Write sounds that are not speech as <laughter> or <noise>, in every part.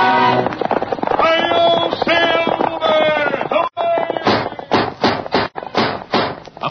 Are you silver? A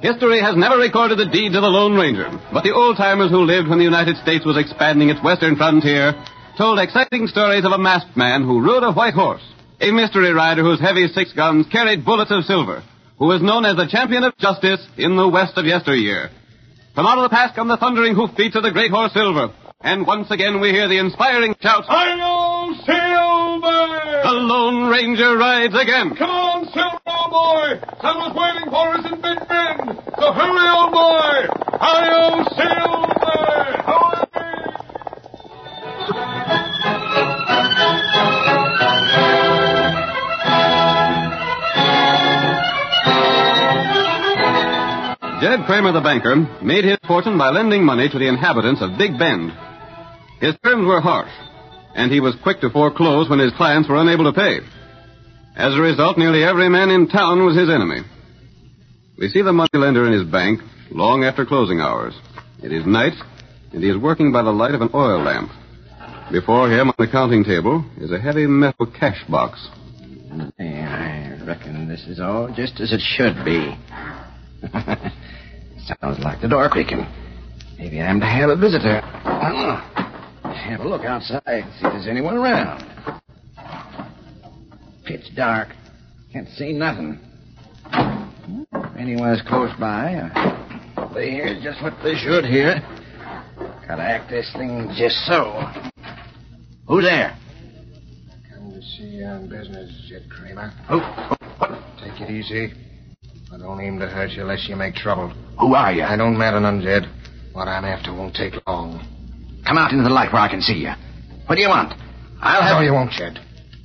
History has never recorded the deeds of the Lone Ranger, but the old timers who lived when the United States was expanding its western frontier told exciting stories of a masked man who rode a white horse, a mystery rider whose heavy six guns carried bullets of silver, who was known as the champion of justice in the West of yesteryear. From out of the past come the thundering hoofbeats of the great horse Silver, and once again we hear the inspiring shouts, Are you silver? The Lone Ranger rides again! Come on, silver, old boy. Someone's waiting for us in Big Bend. So hurry, old boy. Are you silver? Hurry. Jed Kramer, the banker, made his fortune by lending money to the inhabitants of Big Bend. His terms were harsh, and he was quick to foreclose when his clients were unable to pay. As a result, nearly every man in town was his enemy. We see the moneylender in his bank long after closing hours. It is night, and he is working by the light of an oil lamp. Before him on the counting table is a heavy metal cash box. Yeah, I reckon this is all just as it should be. <laughs> Sounds like the door creaking. Maybe I'm to have a visitor. I don't know. Have a look outside and see if there's anyone around. Pitch dark. Can't see nothing. If anyone is close by, uh, they hear just what they should hear. Gotta act this thing just so. Who's there? Come to see you on business, Jed Kramer. Who, Take it easy. I don't aim to hurt you unless you make trouble. who are you? I don't matter none, Jed. What I'm after won't take long. Come out into the light where I can see you. What do you want? I'll have No, you won't, Jed.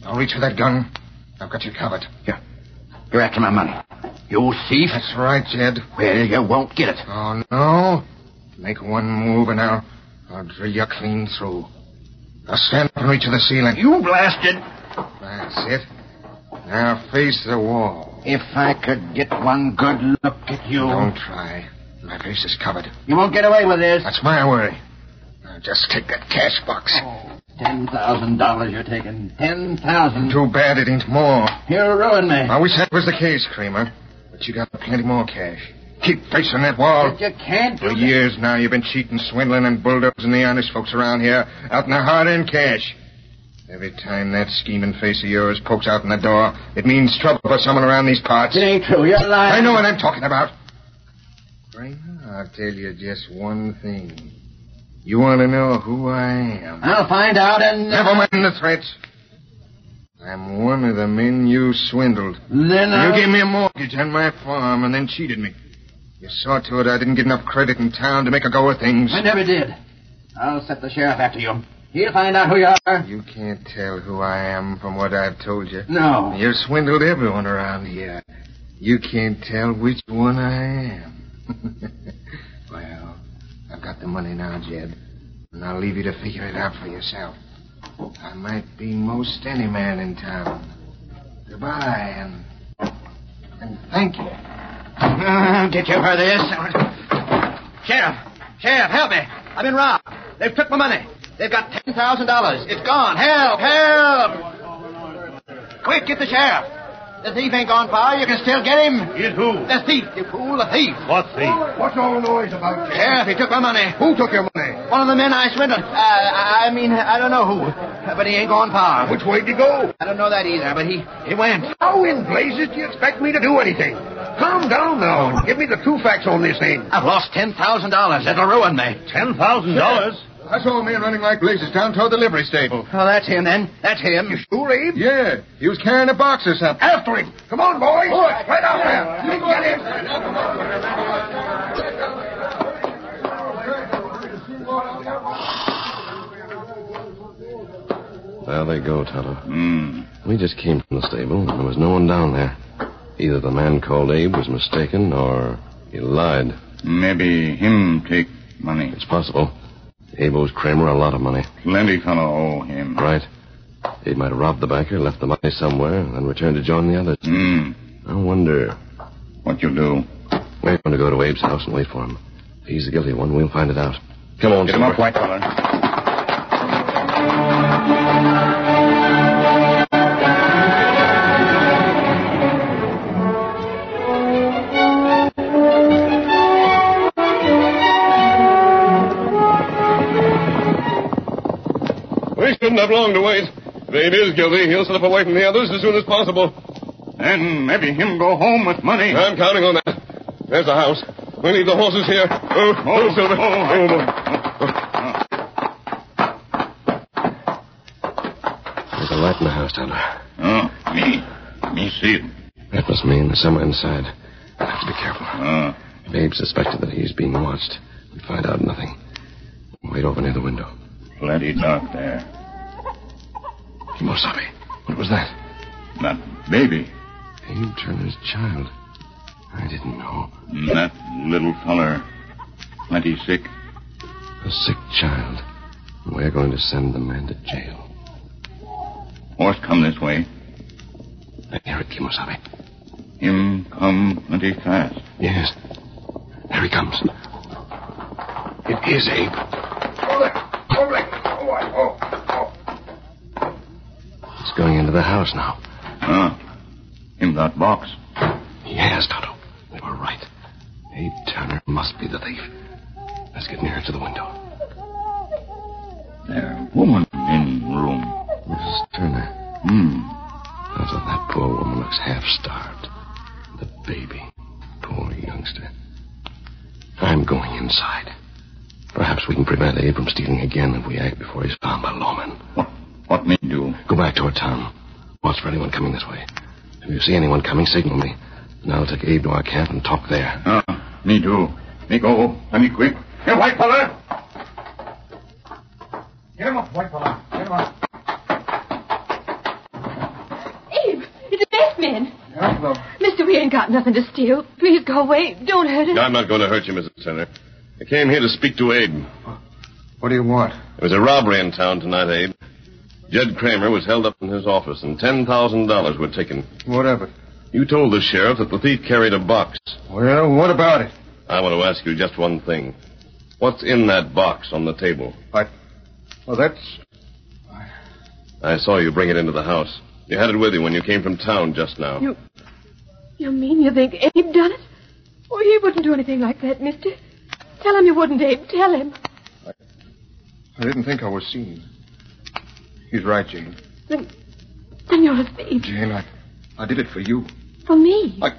I'll reach for that gun. I've got you covered. You're after my money. You thief. That's right, Jed. Well, you won't get it. Oh, no. Make one move and I'll, I'll drill you clean through. Now stand up and reach to the ceiling. You blasted. That's it. Now face the wall. If I could get one good look at you, Don't try. My face is covered. you won't get away with this. That's my worry. Now just take that cash box. Oh, Ten thousand dollars you're taking. Ten thousand. Too bad it ain't more. You'll ruin me. I wish that was the case, Kramer. But you got plenty more cash. Keep facing that wall. But you can't do For that. years now, you've been cheating, swindling, and bulldozing the honest folks around here out in the hard-earned cash. Every time that scheming face of yours pokes out in the door, it means trouble for someone around these parts. It ain't true. You're I lying. know what I'm talking about. Kramer, I'll tell you just one thing. You want to know who I am. I'll find out and Never mind the threats. I'm one of the men you swindled. then You I'll... gave me a mortgage on my farm and then cheated me. You saw to it I didn't get enough credit in town to make a go of things. I never did. I'll set the sheriff after you. He'll find out who you are. You can't tell who I am from what I've told you. No. You swindled everyone around here. You can't tell which one I am. <laughs> well, I've got the money now, Jed. And I'll leave you to figure it out for yourself. I might be most any man in town. Goodbye, and. and thank you. I'll <laughs> get Hmm, you for this. Sheriff, sheriff, help me! I've been robbed. They've took my money. They've got ten thousand dollars. It's gone. Help! Help! Quick, get the sheriff. The thief ain't gone far. You can still get him. Get who? The thief, you fool, the thief. What thief? What's all the noise about, Sheriff, he took my money. Who took your money? One of the men I swindled. Uh, I I mean, I don't know who, but he ain't gone far. Which way did you go? I don't know that either, but he he went. How in blazes do you expect me to do anything? Calm down now. Give me the true facts on this thing. I've lost ten thousand dollars. It'll ruin me. Ten thousand dollars? I saw a man running like blazes down toward the livery stable. Well, Oh, that's him then. That's him. Who, Abe? Yeah, he was carrying a box or something. After him. Come on, boys. Boys, right out there. You get him. There they go, Tonto. Hmm. We just came from the stable, and there was no one down there. Either the man called Abe was mistaken, or he lied. Maybe him take money. It's possible. Abe owes Kramer a lot of money. Plenty fella owe him. Right. Abe might have robbed the banker, left the money somewhere, and then returned to join the others. Hmm. I wonder. What you do? We're going to go to Abe's house and wait for him. If he's the guilty one, we'll find it out. Come on, Get him Silver. up, white fella. We shouldn't have long to wait. If Abe is guilty, he'll slip away from the others as soon as possible. Then maybe him go home with money. I'm counting on that. There's the house. We leave the horses here. Oh, oh, Silver. Oh, boy. There's a light in the house, Tonto. Oh, me. Me see it. That must mean there's someone inside. I have to be careful. Uh, If Abe suspected that he's being watched, we find out nothing. Wait over near the window. plenty dark there. Kimosabe, what was that? That baby. Abe Turner's child. I didn't know. Mm, That little feller. Plenty sick. A sick child. We're going to send the man to jail. Horse come this way. I hear it, Kimosabe. Him come plenty fast. Yes. There he comes. It is Abe. Oh, He's going into the house now. Uh, him that box. Yes, Toto. They were right. Abe Turner must be the thief. Let's get nearer to the window. There, woman in room. Mrs. Turner. Hmm. Also, that poor woman looks half starved. The baby. Poor youngster. I'm going inside. Perhaps we can prevent Abe from stealing again if we act before he's found by lawmen. What, what me do? Go back toward town. Watch for anyone coming this way. If you see anyone coming, signal me. And I'll take Abe to our camp and talk there. Uh, Ah, me do. Me go. Let me quick. Here, white fella. Get him up, white fella. Get him up. Abe, it's a Batman. Hello. Mr. We ain't got nothing to steal. Please go away. Don't hurt us. I'm not going to hurt you, Mrs. Turner. I came here to speak to Abe. What do you want? There was a robbery in town tonight, Abe. Jed Kramer was held up in his office, and $10,000 were taken. What of it? You told the sheriff that the thief carried a box. Well, what about it? I want to ask you just one thing. What's in that box on the table? I. Well, that's. I saw you bring it into the house. You had it with you when you came from town just now. You- You mean you think Abe done it? Oh, he wouldn't do anything like that, mister. Tell him you wouldn't, Abe. Tell him. I didn't think I was seen. He's right, Jane. Then, then you're a thief. Jane, I, I did it for you. For me. I,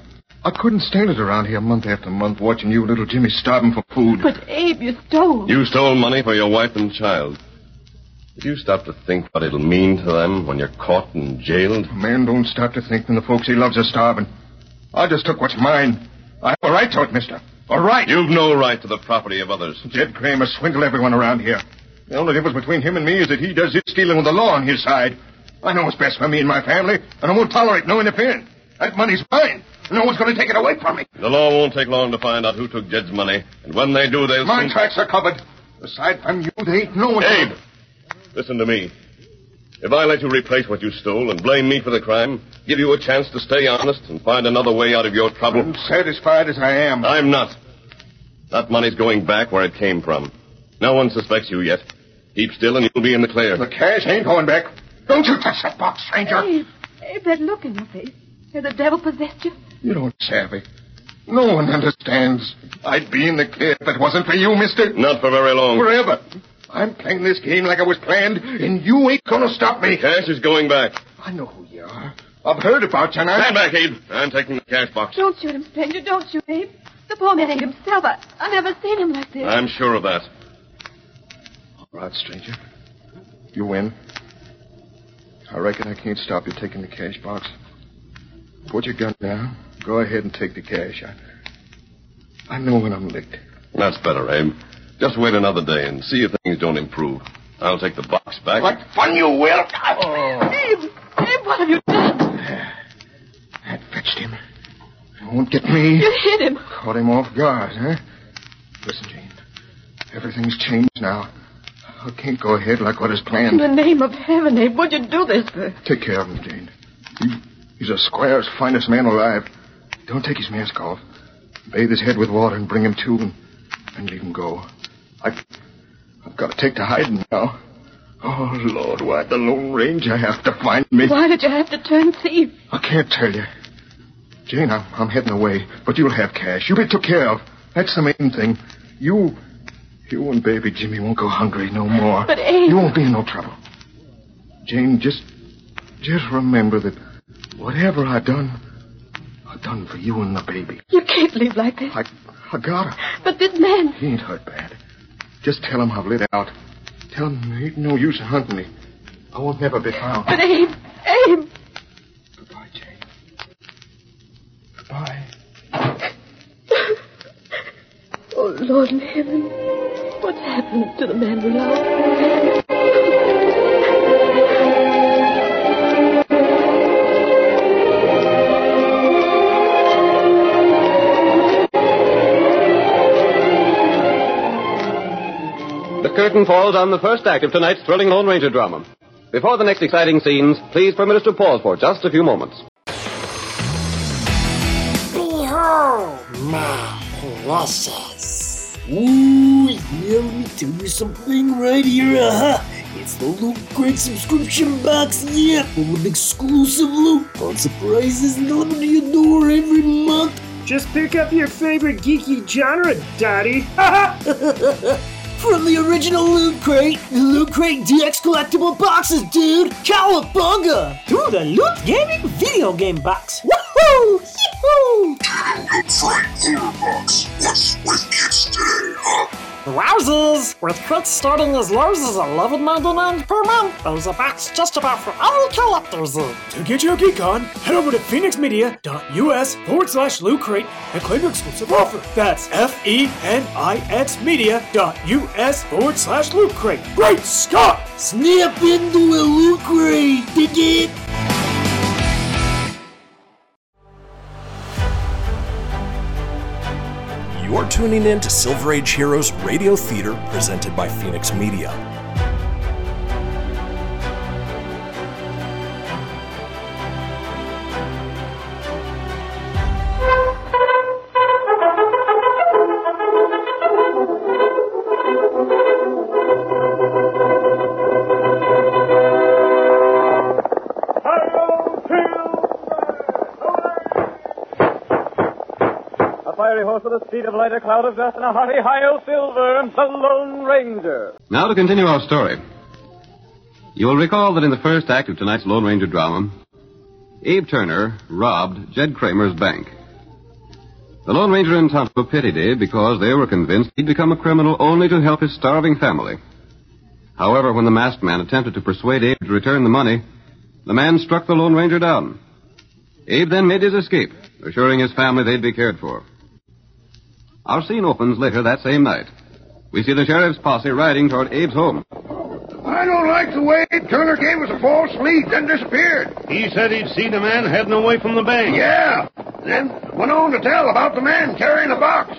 I couldn't stand it around here month after month watching you, and little Jimmy, starving for food. But, Abe, you stole. You stole money for your wife and child. Did you stop to think what it'll mean to them when you're caught and jailed? A man don't stop to think when the folks he loves are starving. I just took what's mine. I have a right to it, mister. A right. You've no right to the property of others. Jed Kramer swindled everyone around here. The only difference between him and me is that he does his stealing with the law on his side. I know what's best for me and my family, and I won't tolerate no interference. That money's mine. No one's going to take it away from me. The law won't take long to find out who took Jed's money, and when they do, they'll. My soon- tracks are covered. Aside from you, they ain't no one. Abe, listen to me. If I let you replace what you stole and blame me for the crime, give you a chance to stay honest and find another way out of your trouble, I'm satisfied as I am. I'm not. That money's going back where it came from. No one suspects you yet. Keep still, and you'll be in the clear. The cash ain't going back. Don't you touch that box, stranger. Abe, Abe, that look in your face. Has the devil possessed you? You don't savvy. No one understands. I'd be in the clear if it wasn't for you, mister. Not for very long. Forever. I'm playing this game like I was planned, and you ain't gonna stop me. Cash is going back. I know who you are. I've heard about you, and I... Stand back, Abe. I'm taking the cash box. Don't shoot him, stranger. Don't shoot Abe. The poor man ain't himself. I, I never seen him like this. I'm sure of that. All right, stranger. You win. I reckon I can't stop you taking the cash box. Put your gun down. Go ahead and take the cash. I, I know when I'm licked. That's better, Abe. Just wait another day and see if things don't improve. I'll take the box back. What fun you will! Oh. Abe, Abe, what have you done? That fetched him. It won't get me. You hit him. Caught him off guard, huh? Listen, Jane. Everything's changed now. I can't go ahead like what is In planned. the name of heaven, Abe, what'd you do this for? Take care of him, Jane. He, he's a squire's finest man alive. Don't take his mask off. Bathe his head with water and bring him to and, and leave him go. I, I've got to take to hiding now. Oh, Lord, why the Lone Ranger have to find me? Why did you have to turn thief? I can't tell you. Jane, I'm, I'm heading away, but you'll have cash. You'll be took care of. That's the main thing. You, you and baby Jimmy won't go hungry no more. But, Abe- You won't be in no trouble. Jane, just, just remember that whatever I done, I done for you and the baby. You can't leave like this. I, I got her. But this man, He ain't hurt bad. Just tell him I've lit out. Tell him there ain't no use hunting me. I won't never be found. but Abe, Abe. Goodbye, Jane. Goodbye. <laughs> Oh, Lord in heaven, what's happened to the man we love? The curtain falls on the first act of tonight's thrilling Lone Ranger drama. Before the next exciting scenes, please permit us to pause for just a few moments. Behold my precious. Ooh, yeah, let me tell you something right here. Aha! It's the Loot Crate subscription box, yeah, full of exclusive loot, fun surprises delivered to your door every month. Just pick up your favorite geeky genre, Daddy. <laughs> From the original Loot Crate, the Loot Crate DX collectible boxes, dude! Cowabunga! To the Loot Gaming video game box. Woohoo! Yee-hoo! Wowzers! With crits starting as low as 11.99 per month, there's a box just about for all collectors. To get your geek on, head over to phoenixmedia.us forward slash loot crate and claim your exclusive offer. That's E F-E-N-I-X media.us forward slash loot crate. Great Scott! Snap into a Loot Crate! Dig it? for tuning in to Silver Age Heroes Radio Theater presented by Phoenix Media. A fiery horse with a speed of light, a cloud of dust, and a hearty high of silver, the Lone Ranger. Now to continue our story. You will recall that in the first act of tonight's Lone Ranger drama, Abe Turner robbed Jed Kramer's bank. The Lone Ranger and Tonto pitied Abe because they were convinced he'd become a criminal only to help his starving family. However, when the masked man attempted to persuade Abe to return the money, the man struck the Lone Ranger down. Abe then made his escape, assuring his family they'd be cared for. Our scene opens later that same night. We see the sheriff's posse riding toward Abe's home. I don't like the way Turner gave us a false lead, then disappeared. He said he'd seen a man heading away from the bank. Yeah. Then went on to tell about the man carrying a box.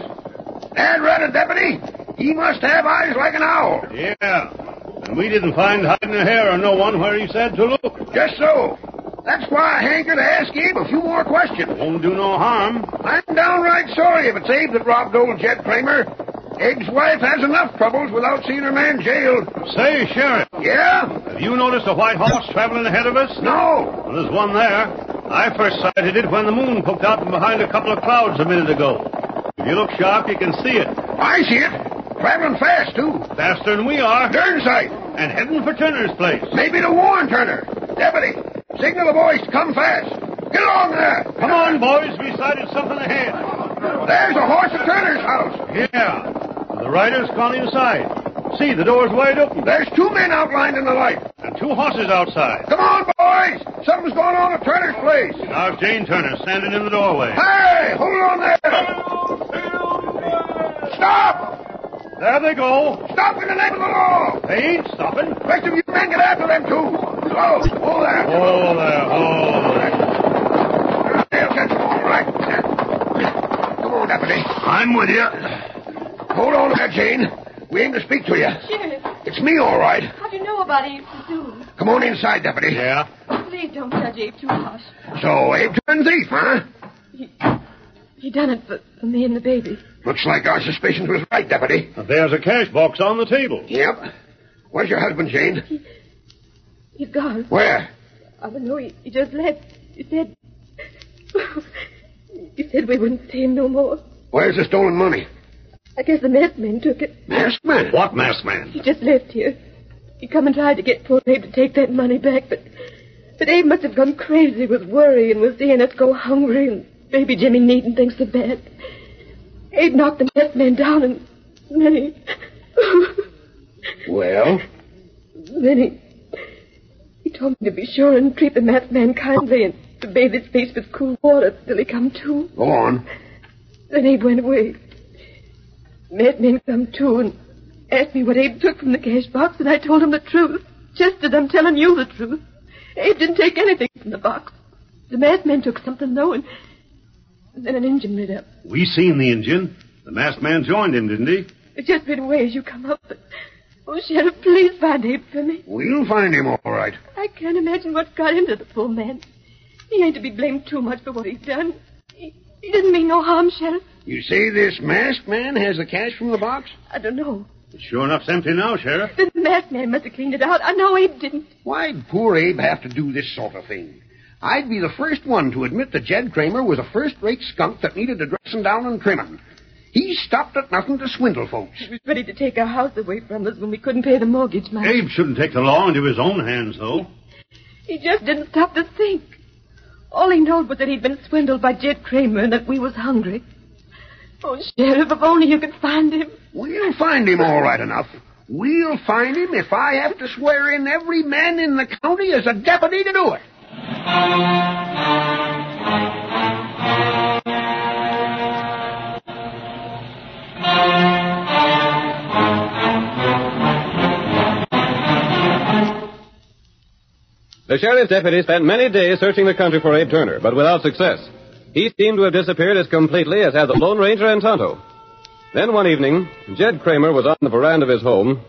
Dad read a deputy. He must have eyes like an owl. Yeah. And we didn't find hiding a hair or no one where he said to look. Just so. That's why I hanker to ask Abe a few more questions. Won't do no harm. I'm downright sorry if it's Abe that robbed old Jed Kramer. Abe's wife has enough troubles without seeing her man jailed. Say, Sheriff. Yeah? Have you noticed a white horse traveling ahead of us? No. Well, there's one there. I first sighted it when the moon poked out from behind a couple of clouds a minute ago. If you look sharp, you can see it. I see it. Traveling fast, too. Faster than we are. Turn sight. And heading for Turner's place. Maybe to warn Turner. Deputy, signal the boys to come fast. Get along there. Come on, boys. We sighted something ahead. There's a horse at Turner's house. Yeah. The rider's gone inside. See, the door's wide open. There's two men outlined in the light. And two horses outside. Come on, boys. Something's going on at Turner's place. Now Jane Turner standing in the doorway. Hey, hold on there. Stop! There they go. Stop in the name of the law. They ain't stopping. Rest of you men get after them, too. Slow. Hold there. Oh, there. Oh, They'll catch them all right. Come on, deputy. I'm with you. Hold on there, Jane. We aim to speak to you. Sheriff, It's me, all right. how do you know about Abe Sassoon? Come on inside, deputy. Yeah. Please don't judge Abe too harsh. So, Abe turned thief, huh? He done it for, for me and the baby. Looks like our suspicions was right, deputy. There's a cash box on the table. Yep. Where's your husband, Jane? He's gone. Where? I don't know. He, he just left. He said. <laughs> he said we wouldn't see him no more. Where's the stolen money? I guess the masked man took it. Masked man. What masked man? He just left here. He come and tried to get poor Abe to take that money back, but but Abe must have gone crazy with worry and was seeing us go hungry and baby Jimmy needing things so bad. Abe knocked the masked man down and then he <laughs> Well? then he he told me to be sure and treat the masked man kindly and to bathe his face with cool water till he come to. Go on. Then Abe went away. Madmen come too and asked me what Abe took from the cash box, and I told him the truth. Just as I'm telling you the truth. Abe didn't take anything from the box. The madman took something, though, and and then an engine lit up. We seen the Indian. The masked man joined him, didn't he? It just ran away as you come up. But, oh, Sheriff, please find Abe for me. We'll find him all right. I can't imagine what got into the poor man. He ain't to be blamed too much for what he's done. He, he didn't mean no harm, Sheriff. You say this masked man has the cash from the box? I don't know. Sure enough's empty now, Sheriff. The masked man must have cleaned it out. I know Abe didn't. Why'd poor Abe have to do this sort of thing? I'd be the first one to admit that Jed Kramer was a first-rate skunk that needed a dressing down and trimming. He stopped at nothing to swindle folks. He was ready to take our house away from us when we couldn't pay the mortgage money. Abe shouldn't take the law into his own hands, though. He just didn't stop to think. All he knowed was that he'd been swindled by Jed Kramer and that we was hungry. Oh, Sheriff, if only you could find him. We'll find him all right enough. We'll find him if I have to swear in every man in the county as a deputy to do it. The sheriff's deputy spent many days searching the country for Abe Turner, but without success. He seemed to have disappeared as completely as had the Lone Ranger and Tonto. Then one evening, Jed Kramer was on the veranda of his home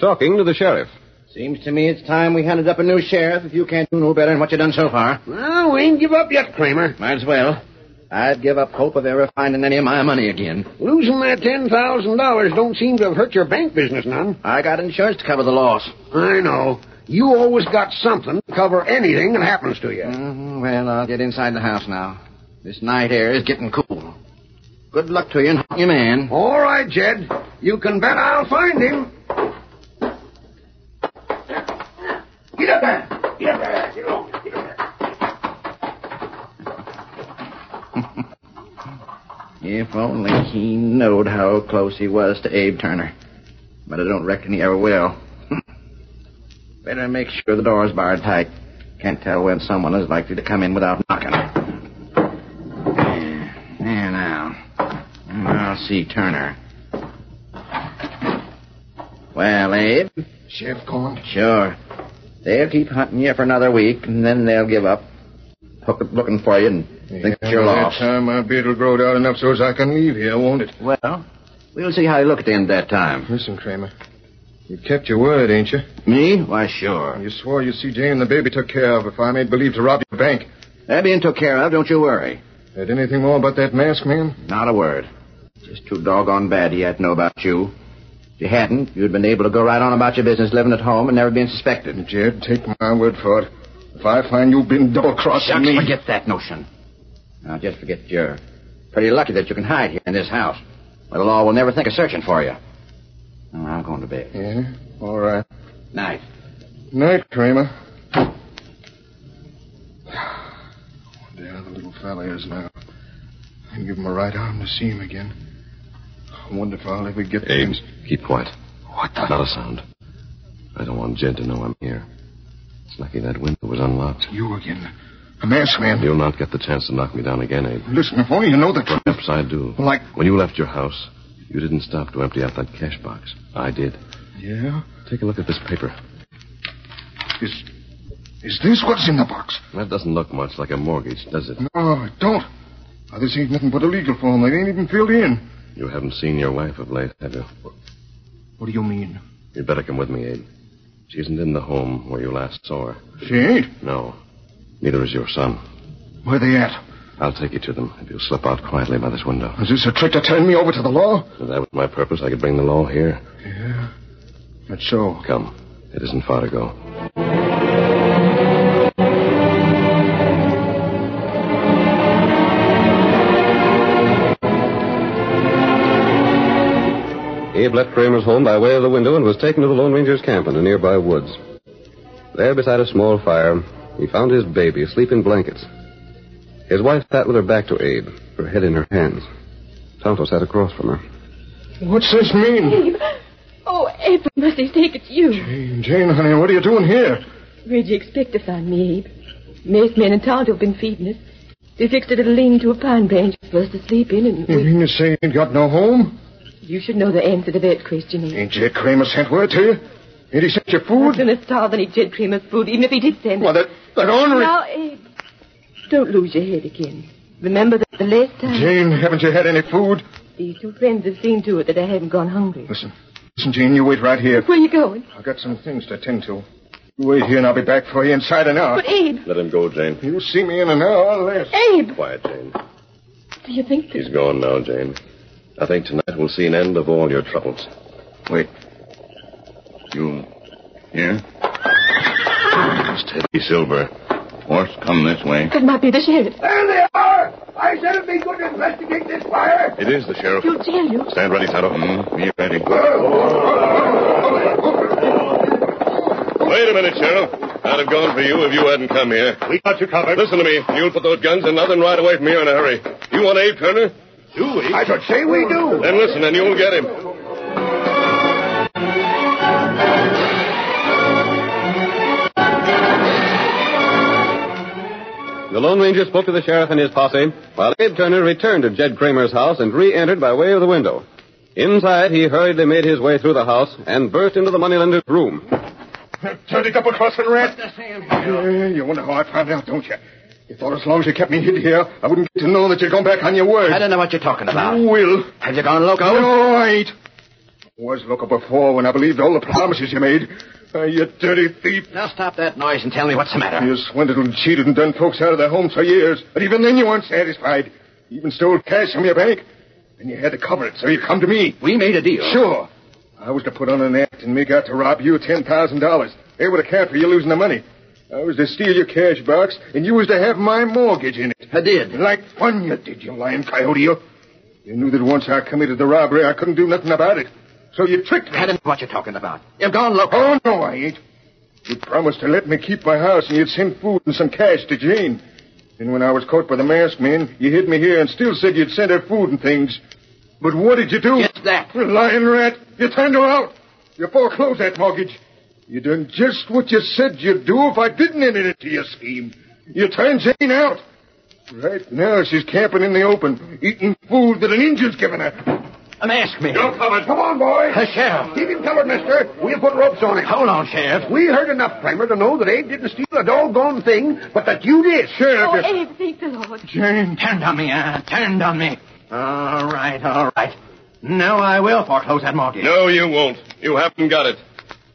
talking to the sheriff. Seems to me it's time we hunted up a new sheriff if you can't do no better than what you done so far. Well, we ain't give up yet, Kramer. Might as well. I'd give up hope of ever finding any of my money again. Losing that ten thousand dollars don't seem to have hurt your bank business none. I got insurance to cover the loss. I know. You always got something to cover anything that happens to you. Mhm, Well, I'll get inside the house now. This night air is getting cool. Good luck to you and hunt your man. All right, Jed. You can bet I'll find him. Get up there. Get up there. Get along. Get up there. If only he knowed how close he was to Abe Turner. But I don't reckon he ever will. <laughs> Better make sure the door's barred tight. Can't tell when someone is likely to come in without knocking. There now. And I'll see Turner. Well, Abe? Sheriff Cohen? Sure. They'll keep hunting you for another week, and then they'll give up. Hook looking for you and think Yeah, you're by lost. That time my beard will grow out enough so's I can leave here, won't it? Well, we'll see how you look at the end that time. Listen, Kramer. You kept your word, ain't you? Me? Why, sure. You swore you'd see Jane and the baby took care of if I made believe to rob your bank. That being took care of, don't you worry. Heard anything more about that mask, man? Not a word. Just too doggone bad he had to know about you. If you hadn't, you'd been able to go right on about your business living at home and never been suspected. Jed, take my word for it. If I find you've been double-crossing Shucks, me... forget that notion. Now, just forget you're pretty lucky that you can hide here in this house. Where the law will never think of searching for you. Now, I'm going to bed. Yeah? All right. Night. Night, Kramer. Wonder how the little fella is now. I can give him a right arm to see him again. I wonder if I'll ever get Abe, keep quiet. What the? Not a sound. I don't want Jed to know I'm here. It's lucky that window was unlocked. you again. A masked man. You'll not get the chance to knock me down again, Abe. Listen, if only you know the truth. Perhaps I do. Like- When you left your house, you didn't stop to empty out that cash box. I did. Yeah? Take a look at this paper. Is is this what's in the box? That doesn't look much like a mortgage, does it? No, I don't. Now, this ain't nothing but a legal form. They ain't even filled in. You haven't seen your wife of late, have you? What do you mean? You'd better come with me, Abe. She isn't in the home where you last saw her. She ain't. No. Neither is your son. Where they at? I'll take you to them if you'll slip out quietly by this window. Is this a trick to turn me over to the law? If that was my purpose, I could bring the law here. Yeah. That's so. Come. It isn't far to go. Abe left Kramer's home by way of the window and was taken to the Lone Ranger's camp in the nearby woods. There, beside a small fire, he found his baby asleep in blankets. His wife sat with her back to Abe, her head in her hands. Tonto sat across from her. What's this Abe! mean? Oh, Abe, for mercy's sake, it's you. Jane, honey, what are you doing here? Reggie expected to find me, Abe. Mace men and Tonto have been feeding us. We fixed a little lean to a pine branch for us to sleep in, and You mean to say you ain't got no home? you should know the answer to that question, Abe. Ain't Jed Kramer sent word to you? Ain't he sent you food? I'm going to starve any Jed Creamer's food, even if he did send it. Well, that, that ornery... Now, Abe, don't lose your head again. Remember that the last time Jane, haven't you had any food? these two friends have seen to it that I haven't gone hungry. Listen. Listen, Jane, you wait right here. Where are you going? I've got some things to attend to. You wait here and I'll be back for you inside an hour. But, Abe, Let him go, Jane. You'll see me in an hour or less. Abe, Quiet, Jane. do you think that... He's gone now, Jane. I think tonight we'll see an end of all your troubles. Wait. You here? Steady, Silver. Horse, come this way. That might be the sheriff. There they are! I said it'd be good to investigate this fire. It is the sheriff. He'll jail you. Stand ready, Tonto. Mm-hmm. Mm, be ready. Wait a minute, Sheriff. I'd have gone for you if you hadn't come here. We got you covered. Listen to me. You'll put those guns and nothing right away from here in a hurry. You want Abe Turner? Do we? I should say we do. Then listen, and you'll get him. The Lone Ranger spoke to the sheriff and his posse, while Abe Turner returned to Jed Kramer's house and re-entered by way of the window. Inside, he hurriedly made his way through the house and burst into the moneylender's room. Dirty double crossing rat. Yeah, you wonder how I found out, don't you? You thought as long as you kept me hid here, I wouldn't get to know that you'd gone back on your word. I don't know what you're talking about. You will. Have you gone loco? No, I ain't. I was loco before when I believed all the promises you made. Ah, you dirty thief. Now stop that noise and tell me what's the matter. You swindled and cheated and done folks out of their homes for years. But even then you weren't satisfied. You even stole cash from your bank. And you had to cover it, so you come to me. We made a deal. Sure. I was to put on an act and make out to rob you $10,000. They would account for you losing the money. I was to steal your cash box, and you was to have my mortgage in it. I did. Like fun you did, you lying coyote. You, you knew that once I committed the robbery, I couldn't do nothing about it. So you tricked me. I don't know what you're talking about. You've gone loco. Oh, no, I ain't. You promised to let me keep my house, and you'd send food and some cash to Jane. And when I was caught by the masked men, you hid me here and still said you'd send her food and things. But what did you do? Just that. You lying rat. You turned her out. You foreclosed that mortgage. You done just what you said you'd do if I didn't enter into your scheme. You turned Jane out. Right now, she's camping in the open, eating food that an Indian's given her. An ask me. You're covered. Come on, boy. Uh, Sheriff. Keep him covered, mister. We'll put ropes on him. Hold on, Sheriff. We heard enough, Kramer, to know that Abe didn't steal a doggone thing, but that you did. Sheriff. Oh, Abe, thank the Lord. Jane. Turned on me, uh, turned on me. All right, all right. Now I will foreclose that mortgage. No, you won't. You haven't got it.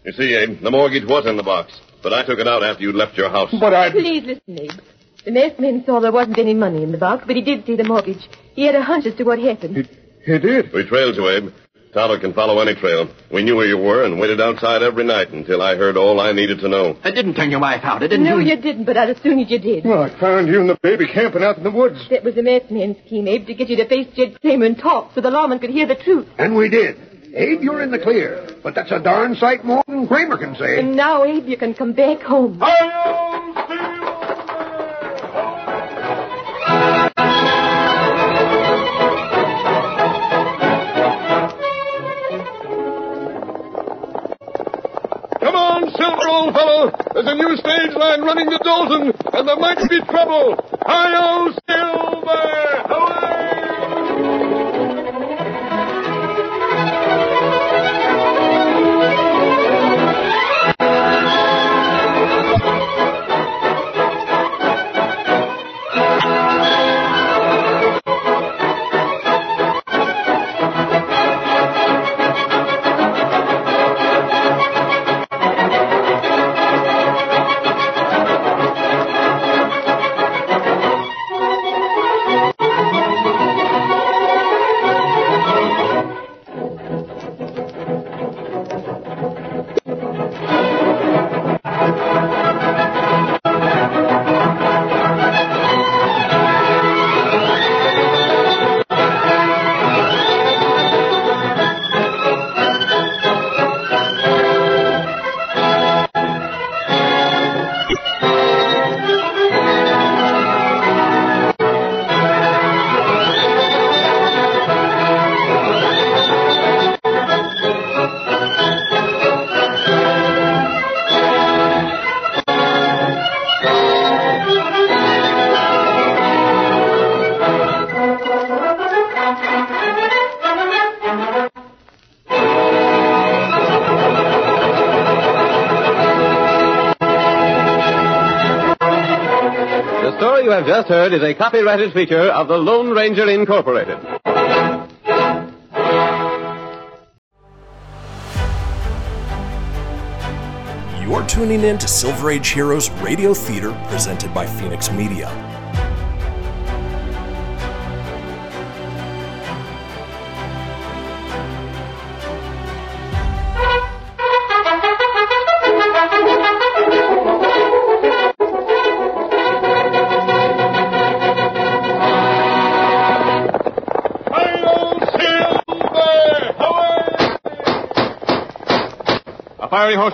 You see, Abe, the mortgage was in the box, but I took it out after you left your house. But I. Please listen, Abe. The masked man saw there wasn't any money in the box, but he did see the mortgage. He had a hunch as to what happened. He did. We trailed you, Abe. Tyler can follow any trail. We knew where you were and waited outside every night until I heard all I needed to know. I didn't turn your wife out. I didn't no, do you didn't, but I'd as soon as you did. Well, I found you and the baby camping out in the woods. That was the masked man's scheme, Abe, to get you to face Jed Kramer and talk so the lawman could hear the truth. And we did. Abe, you're in the clear. But that's a darn sight more than Kramer can say. And now, Abe, you can come back home. Oh! Come on, Silver, old fellow. There's a new stage line running to Dalton, and there might be trouble. Hi-yo, Silver! The story you have just heard is a copyrighted feature of the Lone Ranger Incorporated. You're tuning in to Silver Age Heroes Radio Theater presented by Phoenix Media. A fiery horse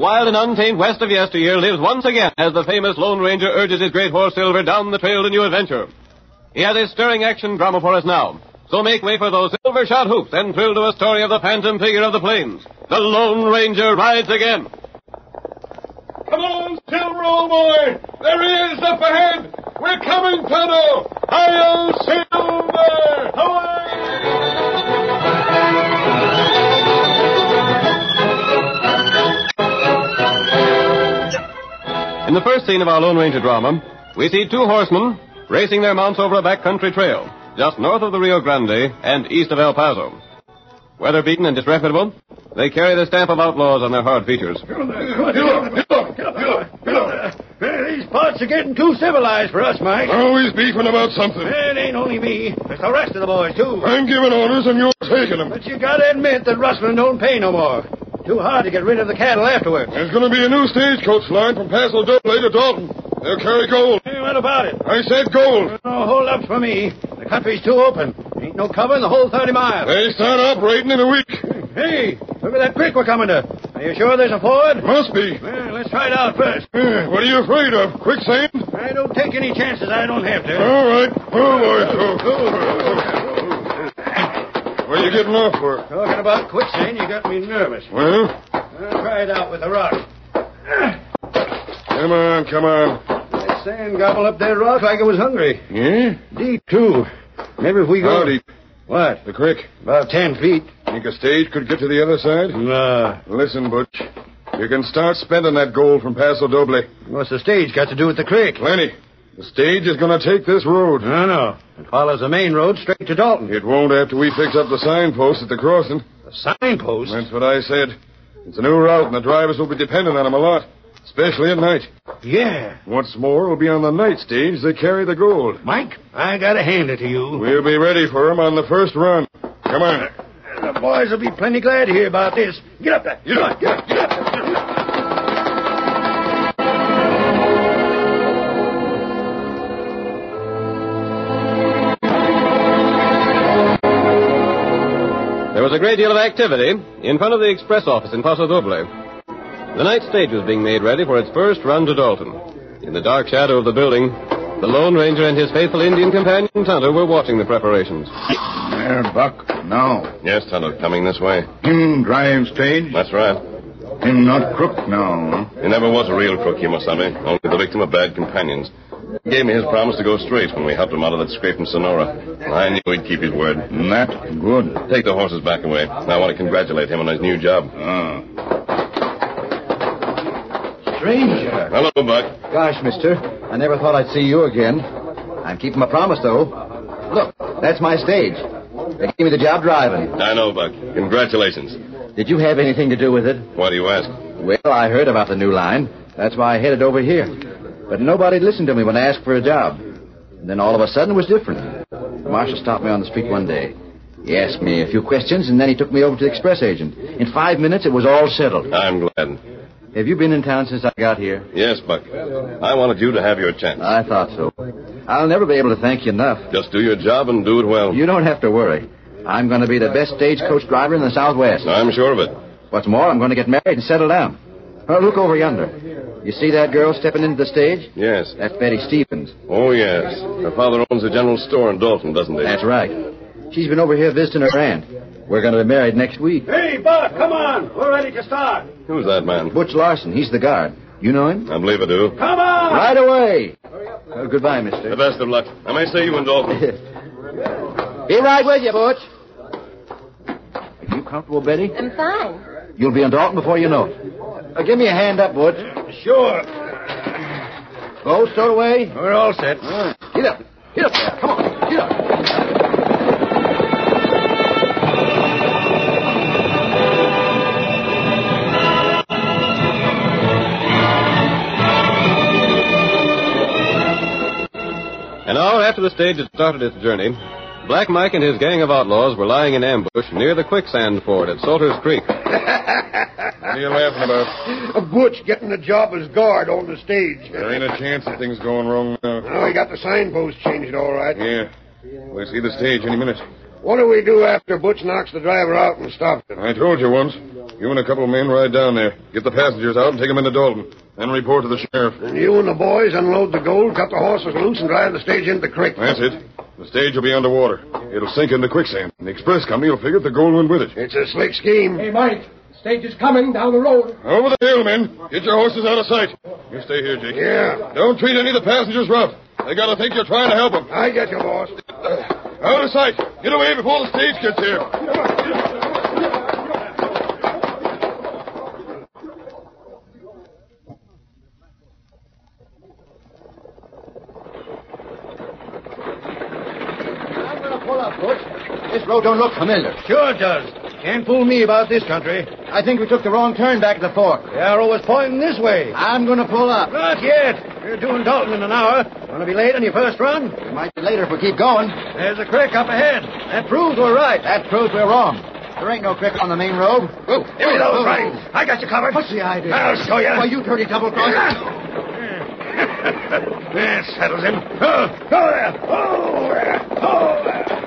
wild and untamed west of yesteryear lives once again as the famous Lone Ranger urges his great horse Silver down the trail to new adventure. He has a stirring action drama for us now. So make way for those silver shot hoops and thrill to a story of the phantom figure of the plains. The Lone Ranger rides again. Come on, Silver, old boy! There he is up ahead! We're coming, Tonto! Hi-yo, Silver! Away! In the first scene of our Lone Ranger drama, we see two horsemen racing their mounts over a backcountry trail just north of the Rio Grande and east of El Paso. Weather beaten and disreputable, they carry the stamp of outlaws on their hard features. Well, these parts are getting too civilized for us, Mike. Always beefing about something. It ain't only me. It's the rest of the boys, too. I'm giving orders and you're taking them. But you gotta admit that rustling don't pay no more. Too hard to get rid of the cattle afterwards. There's going to be a new stagecoach line from Paso Doble to Dalton. They'll carry gold. Hey, what about it? I said gold. No, hold up for me. The country's too open. Ain't no covering the whole 30 miles. They start operating in a week. Hey, look at that creek we're coming to. Are you sure there's a ford? Must be. Well, let's try it out first. Eh, What are you afraid of? Quicksand? I don't take any chances I don't have to. All right. Oh, boy. Oh, What are you getting off for? Talking about quicksand, you got me nervous. Well, I'll try it out with a rock. come on, come on. That sand gobbled up that rock like it was hungry. Yeah? Deep, too. Maybe if we go. How deep? What? The creek. About ten feet. Think a stage could get to the other side? Nah. Listen, Butch. You can start spending that gold from Paso Doble. What's the stage got to do with the creek? Plenty. The stage is going to take this road. No, no. It follows the main road straight to Dalton. It won't after we fix up the signpost at the crossing. The signpost? That's what I said. It's a new route, and the drivers will be dependent on 'em a lot, especially at night. Yeah. Once more, it'll be on the night stage they carry the gold. Mike, I gotta hand it to you. We'll be ready for 'em on the first run. Come on. The boys will be plenty glad to hear about this. Get up there. Get up. Get up. Get up. There was a great deal of activity in front of the express office in Paso Doble. The night stage was being made ready for its first run to Dalton. In the dark shadow of the building, the Lone Ranger and his faithful Indian companion Tonto were watching the preparations. There, Buck. Now. Yes, Tonto, coming this way. Hmm, Him drive stage. That's right. Him not crook now. He never was a real crook, Kimasabi, only the victim of bad companions. He gave me his promise to go straight when we helped him out of that scrape in Sonora. I knew he'd keep his word. That good. Take the horses back away. I want to congratulate him on his new job. Ah. Stranger. Hello, Buck. Gosh, mister. I never thought I'd see you again. I'm keeping my promise, though. Look, that's my stage. They gave me the job driving. I know, Buck. Congratulations. Did you have anything to do with it? Why do you ask? Well, I heard about the new line. That's why I headed over here. But nobody listened to me when I asked for a job. And then all of a sudden it was different. The marshal stopped me on the street one day. He asked me a few questions, and then he took me over to the express agent. In five minutes, it was all settled. I'm glad. Have you been in town since I got here? Yes, Buck. I wanted you to have your chance. I thought so. I'll never be able to thank you enough. Just do your job and do it well. You don't have to worry. I'm going to be the best stagecoach driver in the Southwest. I'm sure of it. What's more, I'm going to get married and settle down. Well, look over yonder. You see that girl stepping into the stage? Yes. That's Betty Stevens. Oh, yes. Her father owns a general store in Dalton, doesn't he? That's right. She's been over here visiting her aunt. We're going to be married next week. Hey, Buck, come on. We're ready to start. Who's that man? Butch Larson. He's the guard. You know him? I believe I do. Come on. Right away. Well, goodbye, mister. The best of luck. I may see you in Dalton. Be right with you, Butch. Are you comfortable, Betty? I'm fine. You'll be in Dalton before you know it. Uh, give me a hand up, Butch. Sure. Oh, stowed away? We're all set. Get up. Get up there. Come on. Get up. An hour after the stage had started its journey, Black Mike and his gang of outlaws were lying in ambush near the quicksand ford at Salters <laughs> Creek. What are you laughing about? A butch getting a job as guard on the stage. Oh, There ain't a chance that thing's going wrong now. Well, he got the signpost changed all right. Yeah. We'll see the stage any minute. What do we do after Butch knocks the driver out and stops him? I told you once. You and a couple of men ride down there, get the passengers out, and take them into Dalton, then report to the sheriff. And you and the boys unload the gold, cut the horses loose, and drive the stage into the creek. That's it. The stage will be underwater. It'll sink into quicksand. And the express company will figure the gold went with it. It's a slick scheme. Hey, Mike, stage is coming down the road. Over the hill, men. Get your horses out of sight. You stay here, Jake. Yeah. Don't treat any of the passengers rough. They gotta think you're trying to help them. I get you, boss. Out of sight. Get away before the stage gets here. Pull up, Butch. This road don't look familiar. Sure it does. Can't fool me about this country. I think we took the wrong turn back at the fork. The arrow was pointing this way. I'm going to pull up. Not yet. You're doing Dalton in an hour. Going to be late on your first run? We might be later if we keep going. There's a creek up ahead. That proves we're right. That proves we're wrong. There ain't no creek on the main road. Oh, give me those reins. I got you covered. What's the idea? I'll show you. Why, you dirty double crosser. That settles him. Oh, go there. Oh, there. Oh, there.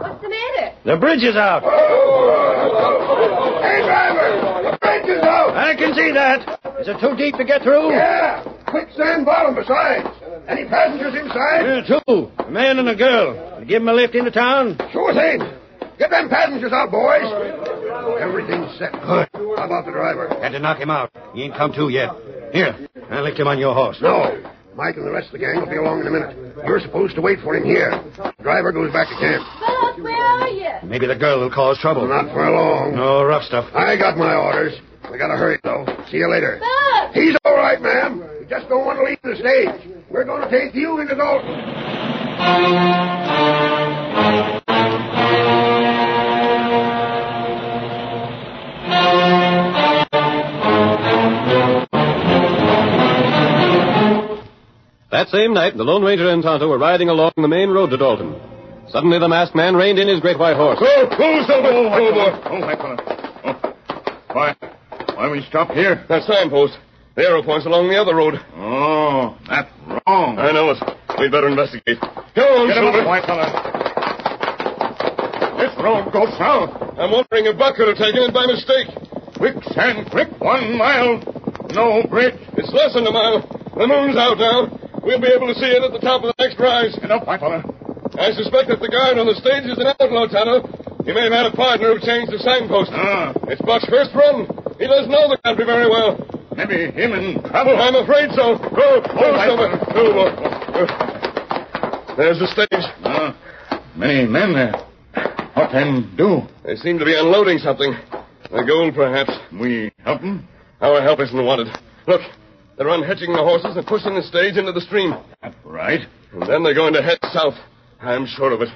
What's the matter? The bridge is out. Oh, Hey, driver! The bridge is out! I can see that. Is it too deep to get through? Yeah, quicksand bottom besides. Any passengers inside? Yeah, two. A man and a girl. You give them a lift into town? Sure thing. Get them passengers out, boys. Everything's set. Good. How about the driver? Had to knock him out. He ain't come to yet. Here, I licked him on your horse. No. Mike and the rest of the gang will be along in a minute. You're supposed to wait for him here. Driver goes back to camp. Philip, where are you? Maybe the girl will cause trouble. Not for long. No rough stuff. I got my orders. We gotta hurry, though. See you later. Philip! He's all right, ma'am. We just don't want to leave the stage. We're gonna take you into Dalton. That same night, the Lone Ranger and Tonto were riding along the main road to Dalton. Suddenly, the masked man reined in his great white horse. Go, close the door, Cobra. Oh, my God. Oh. Why? Why we stop here? That signpost. The arrow points along the other road. Oh, that's wrong. I know it. We'd better investigate. Come on, Get him Silver. up, white fella. This road goes south. I'm wondering if Buck could have taken it by mistake. Quicksand creek, one mile. No bridge. It's less than a mile. The moon's out now. We'll be able to see it at the top of the next rise. Get up, white fella. I suspect that the guard on the stage is an outlaw, Tonto. He may have had a partner who changed the signpost. Ah. It's Buck's first run. He doesn't know the country very well. Maybe him and I'm afraid so. Go, go, right. Silver. Go, go. There's the stage. Many men there. What them do? They seem to be unloading something. The gold, perhaps. We help them? Our help isn't wanted. Look, they're unhitching the horses and pushing the stage into the stream. Right. And then they're going to head south. I'm sure of it.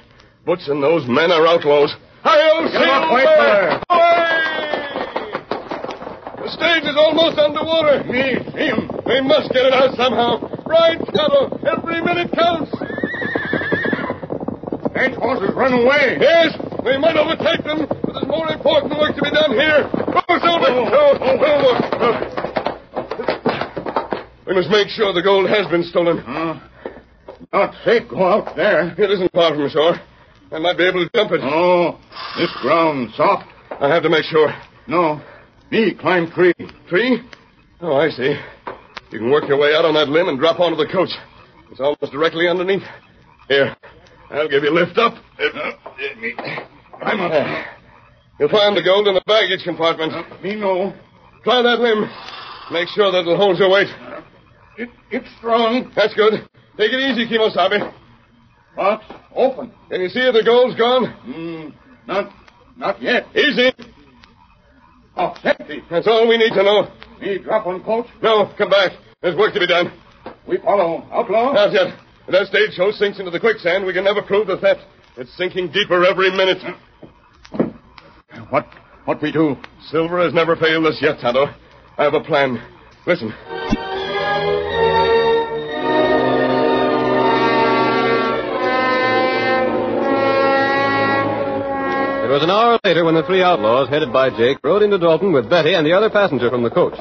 Butch and those men are outlaws. Hi-yo, Get 'em up, Silver! white fella. Away! The stage is almost underwater. Me, him. We must get it out somehow. Right, Tonto. Every minute counts. Stage horses run away. Yes, we might overtake them, but there's more important work to be done here. Go, Silver! Oh, Go, Silver. We must make sure the gold has been stolen. Not safe. Go out there. It isn't far from shore. I might be able to jump it. Oh, this ground soft. I have to make sure. No. Me climb tree. Tree? Oh, I see. You can work your way out on that limb and drop onto the coach. It's almost directly underneath. Here, I'll give you a lift up. Let me climb up. You'll find the gold in the baggage compartment. Uh, me no. Try that limb. Make sure that it'll hold your weight. It, it's strong. That's good. Take it easy, Kimosabe. Box open. Can you see if the gold's gone? Mm, not, not yet. Easy. Oh, safety. That's all we need to know. Me drop on coach. No, come back. There's work to be done. We follow outlaw. Not yet. If that stage show sinks into the quicksand, we can never prove the theft. It's sinking deeper every minute. What, what we do? Silver has never failed us yet, Tonto. I have a plan. Listen. It was an hour later when the three outlaws, headed by Jake, rode into Dalton with Betty and the other passenger from the coach.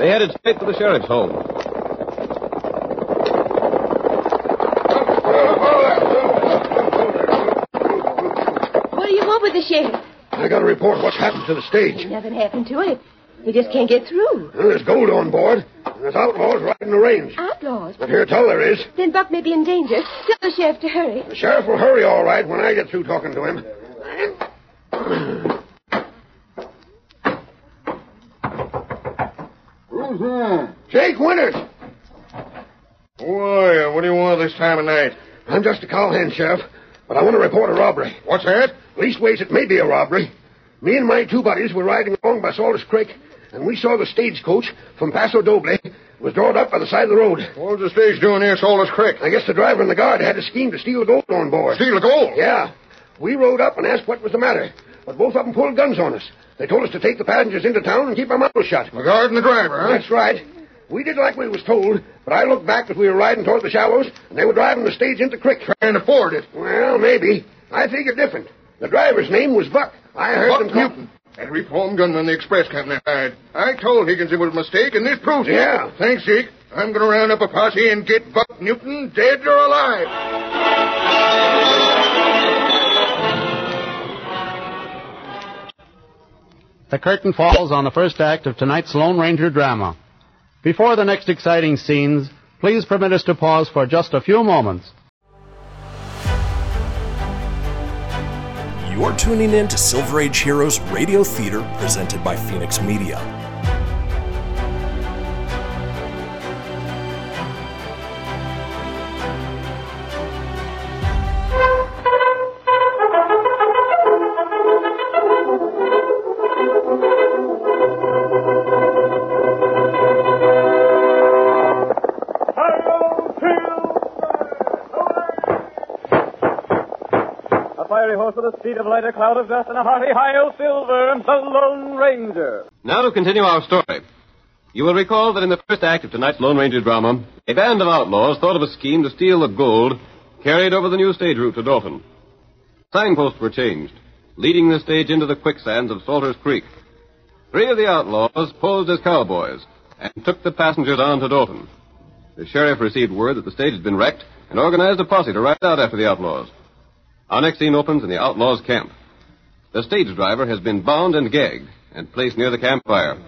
They headed straight for the sheriff's home. Oh, over with the sheriff. I got to report what's happened to the stage. Nothing happened to it. He just can't get through. Well, There's gold on board, and there's outlaws riding the range. Outlaws. But here, tell there is. Then Buck may be in danger. Tell the sheriff to hurry. The sheriff will hurry all right when I get through talking to him. Who's there? Jake Winters! Who are you? What do you want this time of night? I'm just a cowhand, Sheriff, but I want to report a robbery. What's that? Leastways, it may be a robbery. Me and my two buddies were riding along by Salters Creek, and we saw the stagecoach from Paso Doble was drawn up by the side of the road. What was the stage doing near Salters Creek? I guess the driver and the guard had a scheme to steal the gold on board. Steal the gold? Yeah. We rode up and asked what was the matter, but both of them pulled guns on us. They told us to take the passengers into town and keep our mouths shut. The guard and the driver, huh? That's right. We did like we was told, but I looked back as we were riding toward the shallows, and they were driving the stage into creek. Trying to ford it. Well, maybe. I figured different. The driver's name was Buck. I heard Buck them call... Newton. That reform gunman the express company hired. I told Higgins it was a mistake, and this proves it. Yeah. Thanks, Zeke. I'm going to round up a posse and get Buck Newton dead or alive. The curtain falls on the first act of tonight's Lone Ranger drama. Before the next exciting scenes, please permit us to pause for just a few moments. You're tuning in to Silver Age Heroes Radio Theater presented by Phoenix Media. A fiery horse with a speed of light, a cloud of dust, and a hearty high o silver, the Lone Ranger. Now to continue our story. You will recall that in the first act of tonight's Lone Ranger drama, a band of outlaws thought of a scheme to steal the gold Carried over the new stage route to Dalton. Signposts were changed, leading the stage into the quicksands of Salters Creek. Three of the outlaws posed as cowboys and took the passengers on to Dalton. The sheriff received word that the stage had been wrecked and organized a posse to ride out after the outlaws. Our next scene opens in the outlaws' camp. The stage driver has been bound and gagged and placed near the campfire.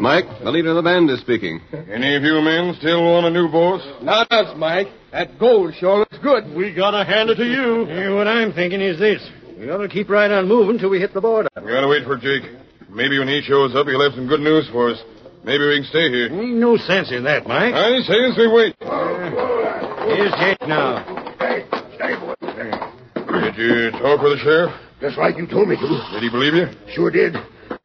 Mike, the leader of the band, is speaking. Any of you men still want a new boss? Not us, Mike. That gold sure looks good. We gotta hand it to you. what I'm thinking is this. We ought to keep right on moving till we hit the border. We gotta wait for Jake. Maybe when he shows up, he'll have some good news for us. Maybe we can stay here. Ain't no sense in that, Mike. I says we wait. Here's Jake now. Did you talk with the sheriff? Just like you told me to. Did he believe you? Sure did.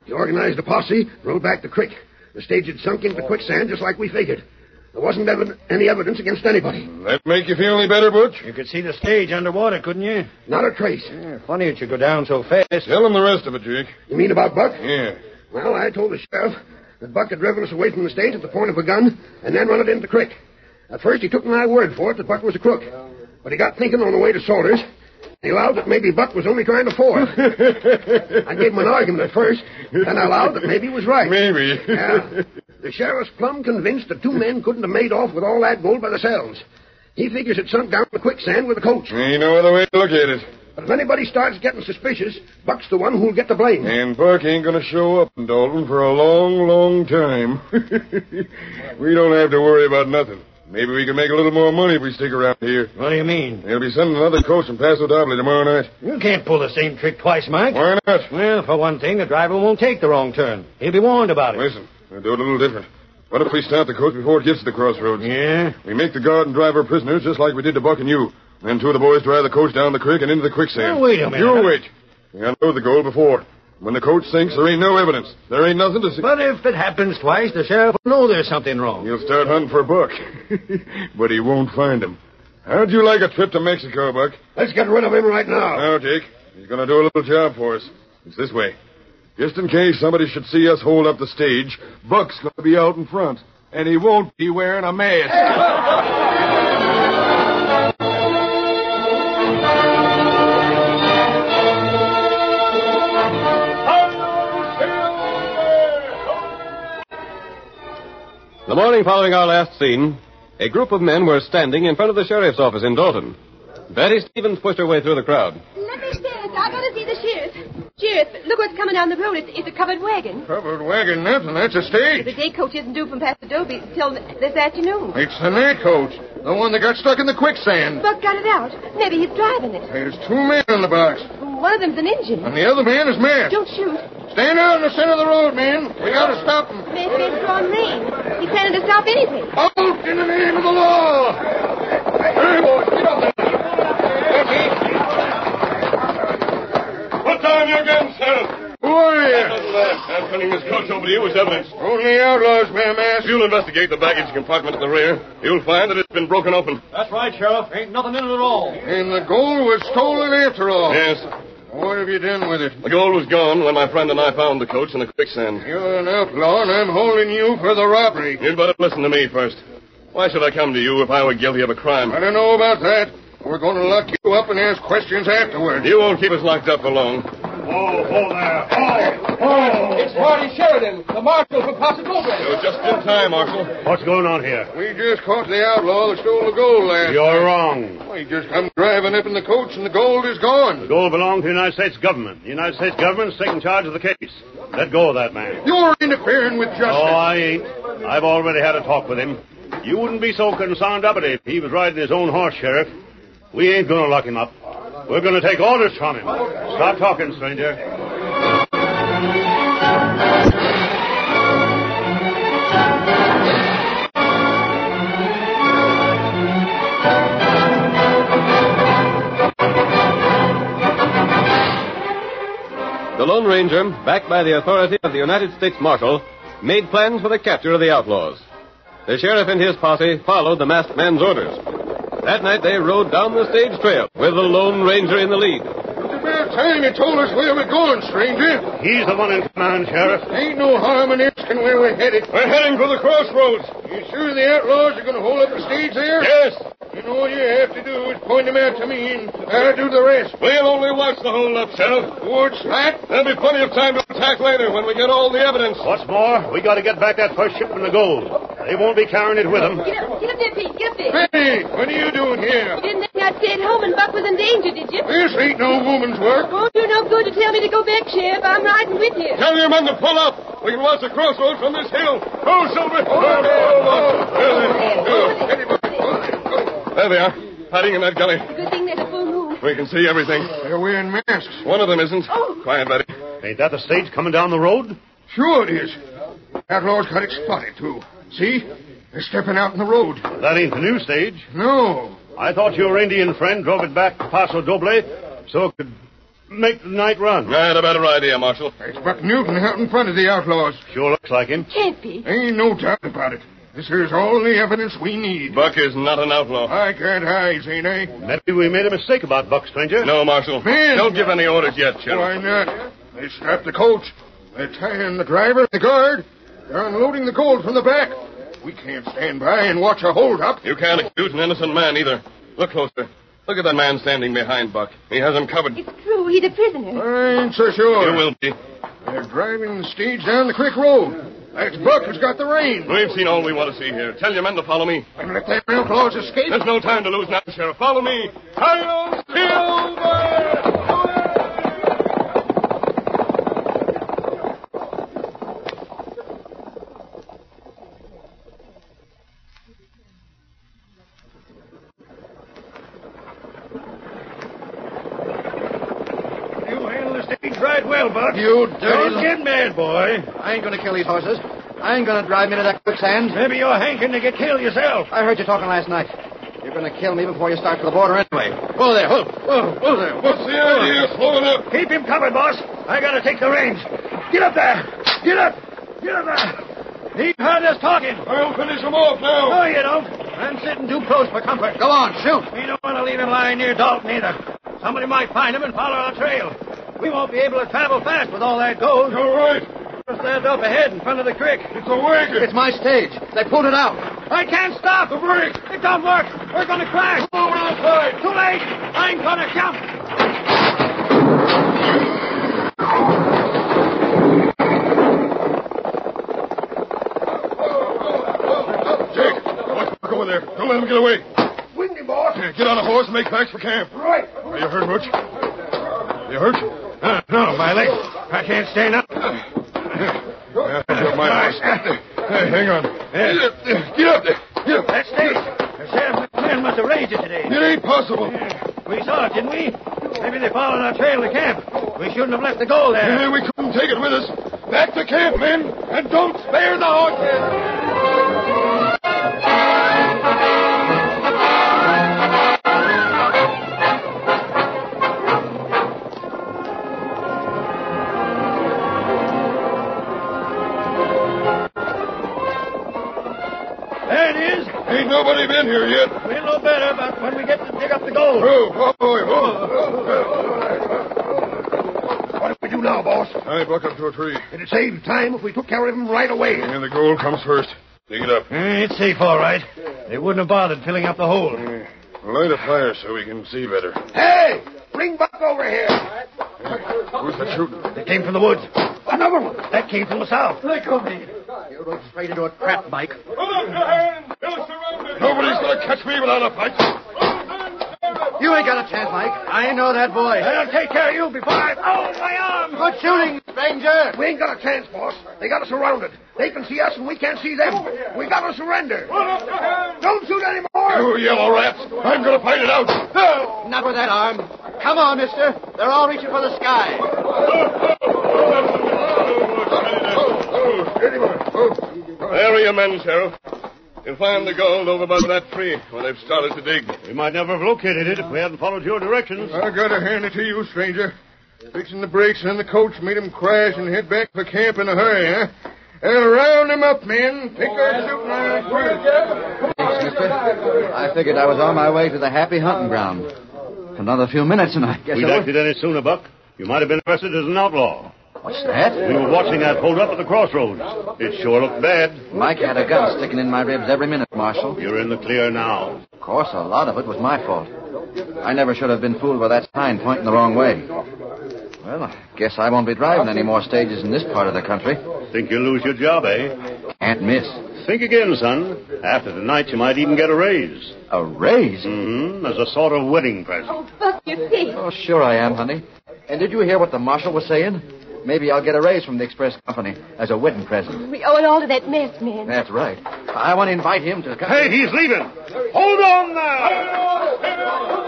He organized a posse, rode back to Creek. The stage had sunk into quicksand just like we figured. There wasn't ev- any evidence against anybody. That make you feel any better, Butch? You could see the stage underwater, couldn't you? Not a trace. Funny it should go down so fast. Tell him the rest of it, Jake. You mean about Buck? Yeah. Well, I told the sheriff that Buck had driven us away from the stage at the point of a gun and then run it into Creek. At first, he took my word for it that Buck was a crook. But he got thinking on the way to Salters. He allowed that maybe Buck was only trying to force. I gave him an argument at first, then I allowed that maybe he was right. Maybe. Yeah. The sheriff's plumb convinced the two men couldn't have made off with all that gold by themselves. He figures it sunk down in the quicksand with the coach. Ain't no other way to look at it. But if anybody starts getting suspicious, Buck's the one who'll get the blame. And Buck ain't gonna show up in Dalton for a long, long time. <laughs> we don't have to worry about nothing. Maybe we can make a little more money if we stick around here. What do you mean? They'll be sending another coach from Paso Doble tomorrow night. You can't pull the same trick twice, Mike. Why not? Well, for one thing, the driver won't take the wrong turn. He'll be warned about it. Listen, we'll do it a little different. What if we stop the coach before it gets to the crossroads? Yeah? We make the guard and driver prisoners just like we did to Buck and you. Then two of the boys drive the coach down the creek and into the quicksand. Now, wait a minute. You wait. We unload the gold before. When the coach sinks, there ain't no evidence. There ain't nothing to see. But if it happens twice, the sheriff will know there's something wrong. He'll start hunting for Buck. <laughs> but he won't find him. How'd you like a trip to Mexico, Buck? Let's get rid of him right now. Now, Jake, he's going to do a little job for us. It's this way. Just in case somebody should see us hold up the stage, Buck's going to be out in front, and he won't be wearing a mask. The morning following our last scene, a group of men were standing in front of the sheriff's office in Dalton. Betty Stevens pushed her way through the crowd. Let me stay. I gotta see the sheriff. Sheriff, look what's coming down the road. It's, it's a covered wagon. Covered wagon, nothing. That's a stage. The day coach isn't due from Pasadena till this afternoon. It's the night coach. The one that got stuck in the quicksand. Buck got it out. Maybe he's driving it. There's two men in the box, One of them's an engine. and the other man is masked. Don't shoot. Stand out in the center of the road, man. We gotta stop him. Maybe it's drawn rein. He planning to stop anything. Out in the name of the law! Hey, boys, get up there! Put down your gun, Sheriff. Who are you? I'm turning this coach over to you as evidence. Only outlaws, ma'am, ass. You'll investigate the baggage compartment at the rear. You'll find that it's been broken open. That's right, Sheriff. Ain't nothing in it at all. And the gold was stolen after all. Yes. What have you done with it? The gold was gone when my friend and I found the coach in the quicksand. You're an outlaw, and I'm holding you for the robbery. You'd better listen to me first. Why should I come to you if I were guilty of a crime? I don't know about that. We're going to lock you up and ask questions afterward. You won't keep us locked up for long. Oh, hold there. It's Marty Sheridan, the marshal for Pasadena. You're just in time, Marshal. What's going on here? We just caught the outlaw that stole the gold last You're night. wrong. Well, he just come driving up in the coach, and the gold is gone. The gold belonged to the United States government. The United States government's taking charge of the case. Let go of that man. You're interfering with justice. No, I ain't. I've already had a talk with him. You wouldn't be so concerned about it if he was riding his own horse, Sheriff. We ain't going to lock him up. We're going to take orders from him. Stop talking, stranger. The Lone Ranger, backed by the authority of the United States Marshal, made plans for the capture of the outlaws. The sheriff and his posse followed the masked man's orders. That night they rode down the stage trail with the Lone Ranger in the lead. It's about time you told us where we're going, stranger. He's the one in command, Sheriff. Ain't no harm in asking where we're headed. We're heading for the crossroads. You sure the outlaws are going to hold up the stage there? Yes. Then all you have to do is point them out to me, and I'll do the rest. We'll only watch the holdup, Sheriff. What's that? There'll be plenty of time to attack later when we get all the evidence. What's more, we got to get back that first shipment of gold. They won't be carrying it with them. Get up, get up there, Pete. Get up there. Hey, what are you doing here? You didn't think I'd stay at home and Buck was in danger, did you? This ain't no woman's work. Won't do no good to tell me to go back, Sheriff. I'm riding with you. Tell your men to pull up. We can watch the crossroads from this hill. Go, Silver. Oh, There they are, hiding in that gully. Good thing there's a full moon. We can see everything. They're wearing masks. One of them isn't. Quiet, Betty. Ain't that the stage coming down the road? Sure it is. Outlaws got it spotted, too. See? They're stepping out in the road. That ain't the new stage. No. I thought your Indian friend drove it back to Paso Doble so it could make the night run. I had a better idea, Marshal. It's Buck Newton out in front of the outlaws. Sure looks like him. Can't be. Ain't no doubt about it. This here's all the evidence we need. Buck is not an outlaw. I can't hide, eh? ain't I? Maybe we made a mistake about Buck, stranger. No, Marshal. Man. Don't give any orders yet, Why Sheriff. not? uh, They strapped the coach. They're tying the driver and the guard. They're unloading the gold from the back. We can't stand by and watch a holdup. You can't accuse an innocent man either. Look closer. Look at that man standing behind Buck. He has him covered. You True, he's a prisoner. I ain't so sure. will be. They're driving the stage down the quick road. That's Buck who's got the reins. We've seen all we want to see here. Tell your men to follow me. And let them outlaws escape. There's no time to lose now, Sheriff. Follow me. Hi-yo, Silver! You handle the stage right well, Buck. You dirty Don't get mad, boy. I ain't gonna kill these horses. I ain't gonna drive 'em into that quicksand. Maybe you're hanking to get killed yourself. I heard you talking last night. You're gonna kill me before you start for the border anyway. Whoa there, whoa, whoa, whoa there. Whoa. What's the idea? Slow it up. Keep him covered, boss. I gotta take the reins. Get up there. Get up. Get up there. He heard us talking. I'll finish him off now. No, you don't. I'm sitting too close for comfort. Go on, shoot. We don't want to leave him lying near Dalton either. Somebody might find him and follow our trail. We won't be able to travel fast with all that gold. All right. Just stand up ahead in front of the creek. It's a wagon. It's my stage. They pulled it out. I can't stop. The brake. It don't work. We're going to crash. Come over outside. Too late. I'm going to jump. Jake, watch Buck over there. Don't let him get away. Windy, boss. Get on a horse and make tracks for camp. Right. Are you hurt much? You hurt? Uh, no, my leg. I can't stand up. my horse. Hey, hang on. Get up there. Get up there. Get up. That stage. The sheriff men must have raised it today. It ain't possible. We saw it, didn't we? Maybe they followed our trail to camp. We shouldn't have left the gold there. Yeah, we couldn't take it with us. Back to camp, men, and don't spare the horses. There it is. Ain't nobody been here yet. We'll know better about when we get to dig up the gold. Oh, oh, boy, What do we do now, boss? oh. I buck up to a tree. It'd save time if we took care of him right away. And the gold comes first. Dig it up. Eh, it's safe, all right. They wouldn't have bothered filling up the hole. Light a fire so we can see better. Hey! Bring Buck over here. Who's that shooting? They came from the woods. Another one. That came from the south. Look over here. You rode straight into a trap, Mike. Nobody's going to catch me without a fight. You ain't got a chance, Mike. I know that boy. I'll take care of you before I. Oh, my arm! Good shooting, stranger. We ain't got a chance, boss. They got us surrounded. They can see us and we can't see them. We got to surrender. Don't shoot anymore! You yellow rats. I'm going to fight it out. No, not with that arm. Come on, mister. They're all reaching for the <laughs> sky. There are your men, Sheriff. You'll find the gold over by that tree where they've started to dig. We might never have located it if we hadn't followed your directions. I gotta hand it to you, stranger. Fixing the brakes and the coach made 'em crash and head back for camp in a hurry, huh? And round 'em up, men. Pick our shooting irons first. I figured I was on my way to the happy hunting ground. Another few minutes, and I guess We'd I acted any sooner, Buck. You might have been arrested as an outlaw. What's that? We were watching that holdup at the crossroads. It sure looked bad. Mike had a gun sticking in my ribs every minute, Marshal. You're in the clear now. Of course, a lot of it was my fault. I never should have been fooled by that sign pointing the wrong way. Well, I guess I won't be driving any more stages in this part of the country. Think you'll lose your job, eh? Can't miss. Think again, son. After tonight, you might even get a raise. A raise? Mm-hmm. As a sort of wedding present. Buck, you see. Oh, sure I am, honey. And did you hear what the Marshal was saying? Maybe I'll get a raise from the express company as a wedding present. We owe it all to that mess, man. That's right. I want to invite him to come. Hey, he's leaving. Hold on now!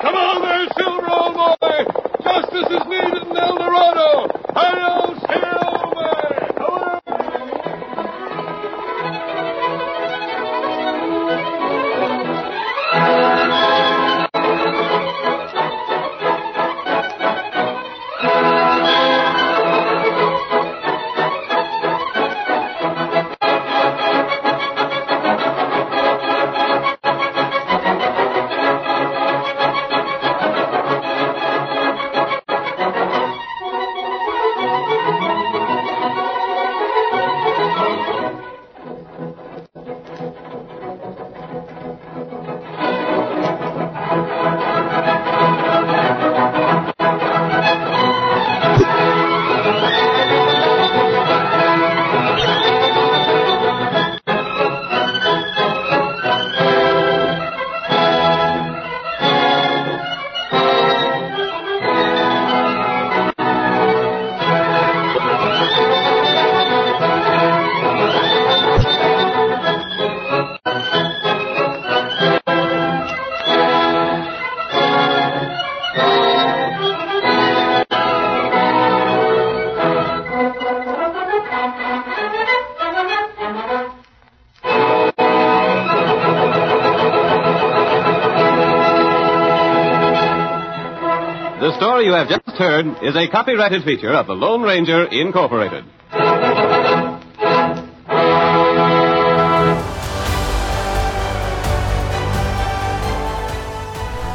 Come on there, Silver, old boy! Justice is needed in El Dorado! Hail, Silver! The story you have just heard is a copyrighted feature of the Lone Ranger Incorporated.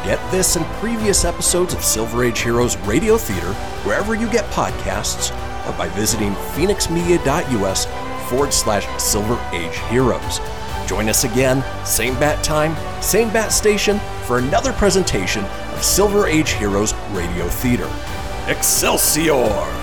Get this and previous episodes of Silver Age Heroes Radio Theater wherever you get podcasts or by visiting phoenixmedia.us forward slash Silver Age Heroes. Join us again, same bat time, same bat station, for another presentation of Silver Age Heroes Radio Theater. Excelsior!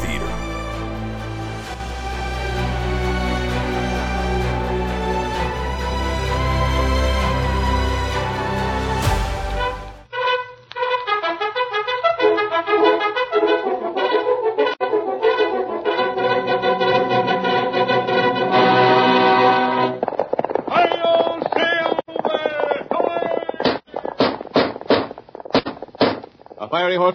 Theater. A fiery horse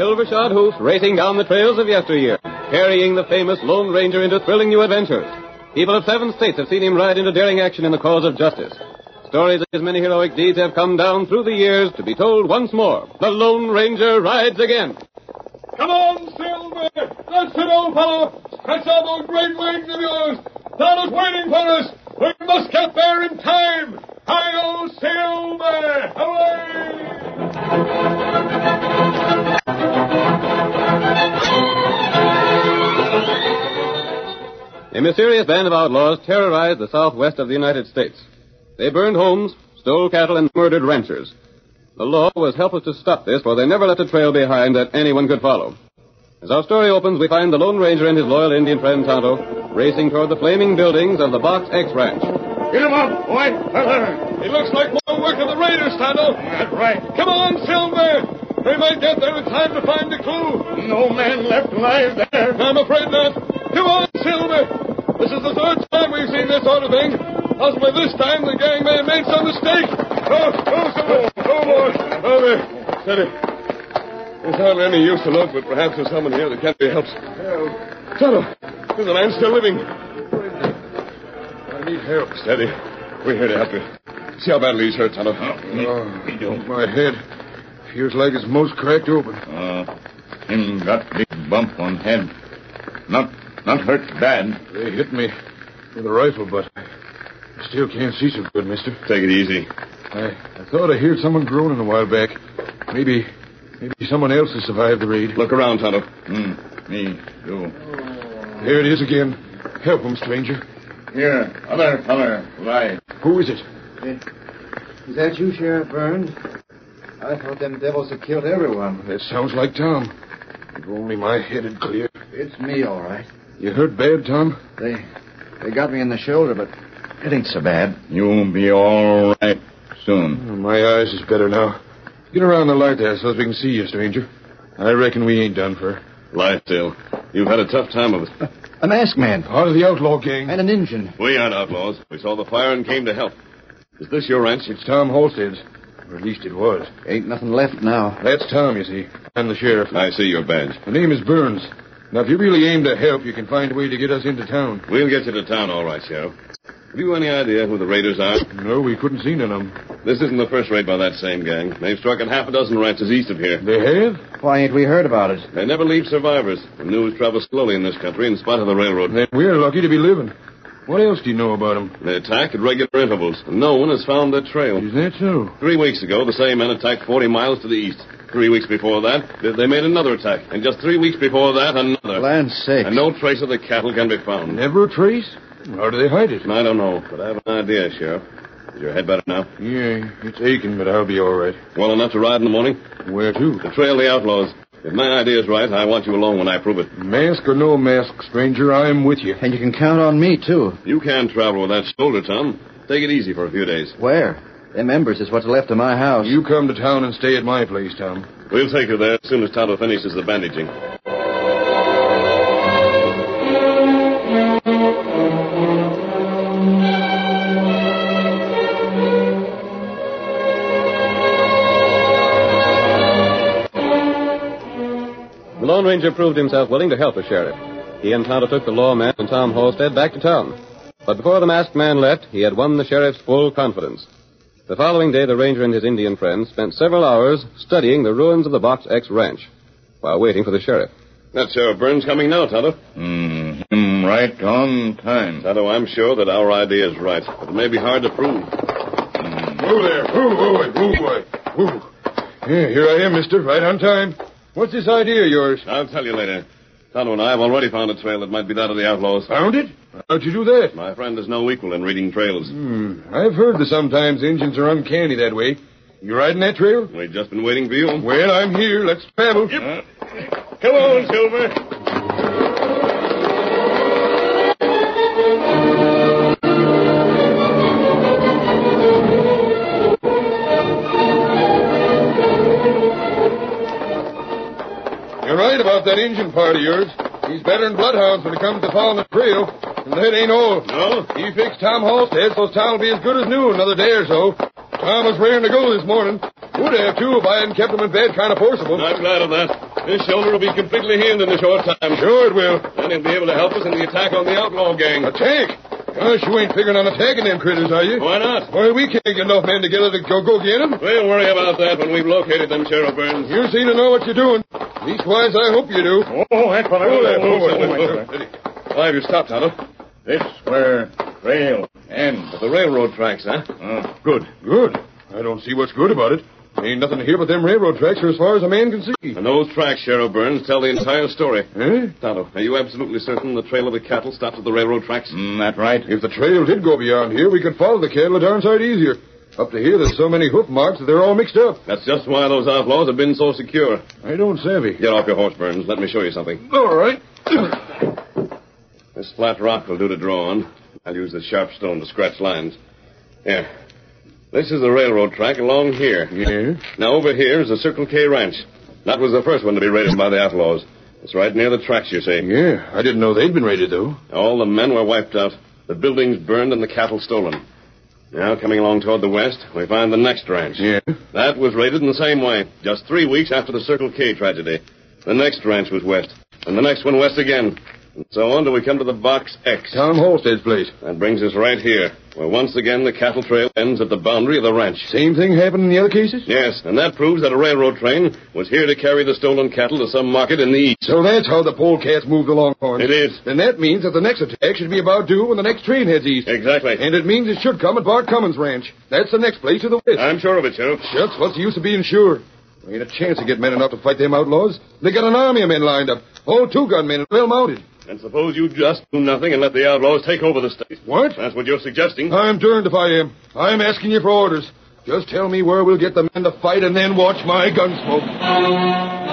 Silver shod hoofs racing down the trails of yesteryear, carrying the famous Lone Ranger into thrilling new adventures. People of seven states have seen him ride into daring action in the cause of justice. Stories of his many heroic deeds have come down through the years to be told once more. The Lone Ranger rides again. Come on, Silver! That's it, old fellow! Stretch out those great legs of yours! Town is waiting for us! We must get there in time! Hi-yo, Silver! Away! A mysterious band of outlaws terrorized the southwest of the United States. They burned homes, stole cattle, and murdered ranchers. The law was helpless to stop this, for they never left a trail behind that anyone could follow. As our story opens, we find the Lone Ranger and his loyal Indian friend Tonto racing toward the flaming buildings of the Box X Ranch. Get him up, boy! It looks like more work of the raiders, Tonto. That's right. Come on, Silver! They might get there in time to find the clue. No man left alive there. I'm afraid not. Come on, Silver! This is the third time we've seen this sort of thing. Possibly this time the gang may have made some mistake. Oh, oh, Silver! Oh, boy! Oh, there. Steady. It's hardly any use to look, but perhaps there's someone here that can't be helped. Tonto, there's a man still living. I need help. Steady. We're here to help you. See how badly he's hurt, Tonto. Oh, my head feels like it's most cracked open. Uh, him got big bump on head. Not not hurt bad. They hit me with a rifle butt. I still can't see so good, mister. Take it easy. I, I thought I heard someone groaning a while back. Maybe maybe someone else has survived the raid. Look around, Tonto. Hmm. Me, you. There it is again. Help him, stranger. Here, other feller, lie. Who is it? Is that you, Sheriff Burns? I thought them devils had killed everyone. That sounds like Tom. If only my head had cleared. It's me, all right. You hurt bad, Tom? They they got me in the shoulder, but it ain't so bad. You'll be all right soon. Oh, My eyes is better now. Get around the light there so that we can see you, stranger. I reckon we ain't done for. Lie still. You've had a tough time of it. A masked man. Part of the outlaw gang. And an engine. We aren't outlaws. We saw the fire and came to help. Is this your ranch? It's Tom Holstead's. Or at least it was. Ain't nothing left now. That's Tom, you see. I'm the sheriff. I see your badge. My name is Burns. Now, if you really aim to help, you can find a way to get us into town. We'll get you to town, all right, Sheriff. Have you any idea who the raiders are? No, we couldn't see none of them. This isn't the first raid by that same gang. They've struck at half a dozen ranches east of here. They have? Why ain't we heard about it? They never leave survivors. The news travels slowly in this country in spite of the railroad. Then we're lucky to be living. What else do you know about them? They attack at regular intervals, and no one has found their trail. Is that so? Three weeks ago, the same men attacked 40 miles to the east. Three weeks before that, th- they made another attack. And just three weeks before that, another. Land's sake. And no trace of the cattle can be found. Never a trace? How do they hide it? I don't know, but I have an idea, Sheriff. Is your head better now? Yeah, it's aching, but I'll be all right. Well enough to ride in the morning? Where to? To trail the outlaws. If my idea's right, I want you along when I prove it. Mask or no mask, stranger, I am with you. And you can count on me, too. You can travel with that shoulder, Tom. Take it easy for a few days. Where? Them embers is what's left of my house. You come to town and stay at my place, Tom. We'll take you there as soon as Tonto finishes the bandaging. The Lone Ranger proved himself willing to help the sheriff. He and Tonto took the lawman and Tom Halstead back to town. But before the masked man left, he had won the sheriff's full confidence. The following day, the ranger and his Indian friend spent several hours studying the ruins of the Box X ranch while waiting for the sheriff. That Sheriff Burns coming now, Tonto. Mm-hmm. Right on time. Tonto, I'm sure that our idea is right, but it may be hard to prove. Whoa there. Whoa, whoa, whoa, whoa, whoa. Yeah, here I am, mister, right on time. What's this idea of yours? I'll tell you later. Tonto and I have already found a trail that might be that of the outlaws. Found it? How'd you do that? My friend is no equal in reading trails. Hmm. I've heard that sometimes engines are uncanny that way. You riding that trail? We've just been waiting for you. Well, I'm here. Let's travel. Yep. Come on, Silver. You're right about that engine part of yours. He's better than bloodhounds when it comes to following the trail. And that ain't all. No? He fixed Tom Halstead, so Tom'll be as good as new another day or so. Tom was raring to go this morning. Would have, too, if I hadn't kept him in bed kind of forcible. I'm glad of that. This shoulder will be completely healed in a short time. Sure it will. Then he'll be able to help us in the attack on the outlaw gang. Attack? Gosh, you ain't figuring on attacking them critters, are you? Why not? Why, we can't get enough men together to go, go get 'em. We'll worry about that when we've located them, Sheriff Burns. You seem to know what you're doing. Leastwise, I hope you do. Oh, that's what I Hold was that, hold that, Oh, hold that. Why have you stopped, Tonto? This where rail end. At the railroad tracks, huh? Uh, Good. Good. I don't see what's good about it. Ain't nothing here but them railroad tracks are as far as a man can see. And those tracks, Sheriff Burns, tell the entire story. Eh? Tonto, are you absolutely certain the trail of the cattle stops at the railroad tracks? mm, that right? If the trail did go beyond here, we could follow the cattle a darn sight easier. Up to here, there's so many hoof marks that they're all mixed up. That's just why those outlaws have been so secure. I don't savvy. Get off your horse, Burns. Let me show you something. All right. This flat rock will do to draw on. I'll use this sharp stone to scratch lines. Here. This is the railroad track along here. Yeah? Now over here is the Circle K Ranch. That was the first one to be raided by the outlaws. It's right near the tracks, you see. Yeah. I didn't know they'd been raided, though. All the men were wiped out, the buildings burned, and the cattle stolen. Now, coming along toward the west, we find the next ranch. Yeah? That was raided in the same way, just three weeks after the Circle K tragedy. The next ranch was west, and the next one west again, and so on till we come to the Box X. Tom Halstead's place. That brings us right here, where once again the cattle trail ends at the boundary of the ranch. Same thing happened in the other cases? Yes, and that proves that a railroad train was here to carry the stolen cattle to some market in the east. So that's how the polecats moved the longhorns. It is. Then that means that the next attack should be about due when the next train heads east. Exactly. And it means it should come at Bart Cummins' ranch. That's the next place to the west. I'm sure of it, Sheriff. Shucks, what's the use of being sure? There ain't a chance to get men enough to fight them outlaws. They got an army of men lined up. Oh, two-gun men, well mounted. And suppose you just do nothing and let the outlaws take over the state. What? That's what you're suggesting. I'm darned if I am. I'm asking you for orders. Just tell me where we'll get the men to fight and then watch my gun smoke.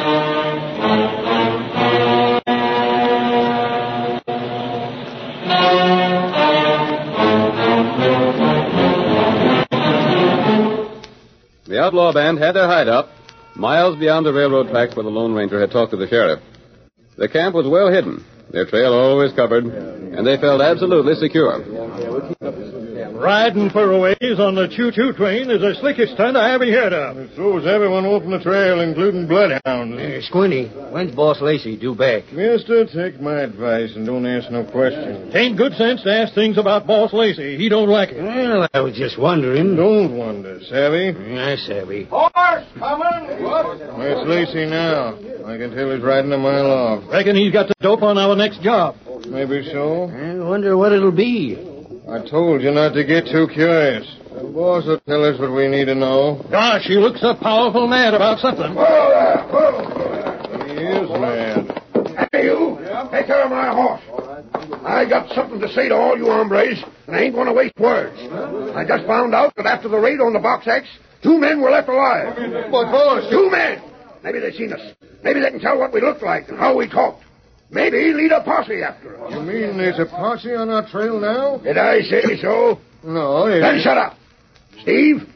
The outlaw band had their hideout miles beyond the railroad tracks where the Lone Ranger had talked to the sheriff. The camp was well hidden, their trail always covered, and they felt absolutely secure. Riding faroways on the choo-choo train is the slickest stunt I ever heard of. It throws everyone off the trail, including bloodhounds. Uh, Squinty, when's Boss Lacey due back? Mister, take my advice and don't ask no questions. Ain't good sense to ask things about Boss Lacey. He don't like it. Well, I was just wondering. Don't wonder, savvy? I savvy. Horse coming! Where's Lacey now? I can tell he's riding a mile off. Reckon he's got the dope on our next job. Maybe so. I wonder what it'll be. I told you not to get too curious. The boss will tell us what we need to know. Gosh, he looks a powerful mad about something. He is mad. Hey, you! Take care of my horse. I got something to say to all you hombres, and I ain't going to waste words. I just found out that after the raid on the Box X, two men were left alive. But, boss... Two men! Maybe they seen us. Maybe they can tell what we looked like and how we talked. Maybe lead a posse after us. You mean there's a posse on our trail now? Did I say so? No, it Then shut up. Steve,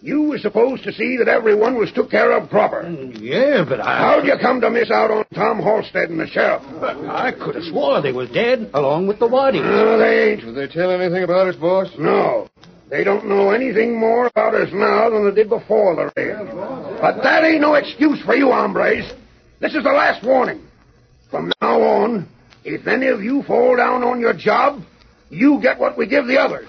you were supposed to see that everyone was took care of proper. Yeah, but I. How'd you come to miss out on Tom Halstead and the sheriff? I could have swore they was dead, along with the waddies. No, they ain't. Did they tell anything about us, boss? No. They don't know anything more about us now than they did before the raid. But that ain't no excuse for you hombres. This is the last warning. From now on, if any of you fall down on your job, you get what we give the others.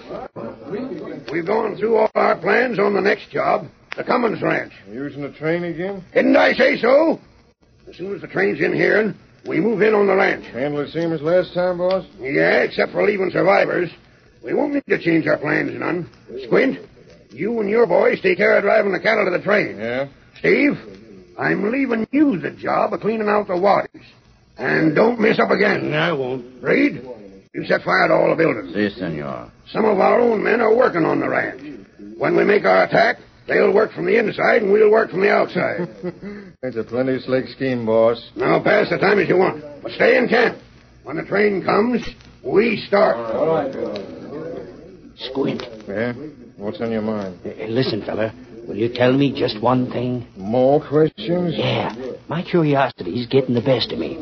We've gone through all our plans on the next job, the Cummins Ranch. Using the train again? Didn't I say so? As soon as the train's in here, we move in on the ranch. Handle the same as last time, boss? Yeah, except for leaving survivors. We won't need to change our plans none. Squint, you and your boys take care of driving the cattle to the train. Yeah? Steve, I'm leaving you the job of cleaning out the waddies. And don't mess up again. I won't. Reed, you set fire to all the buildings. Si, senor. Some of our own men are working on the ranch. When we make our attack, they'll work from the inside and we'll work from the outside. <laughs> That's a plenty slick scheme, boss. now pass the time as you want, but stay in camp. When the train comes, we start. Squint. Yeah? What's on your mind? Eh, Listen, fella, will you tell me just one thing? More questions? Yeah. My curiosity's getting the best of me.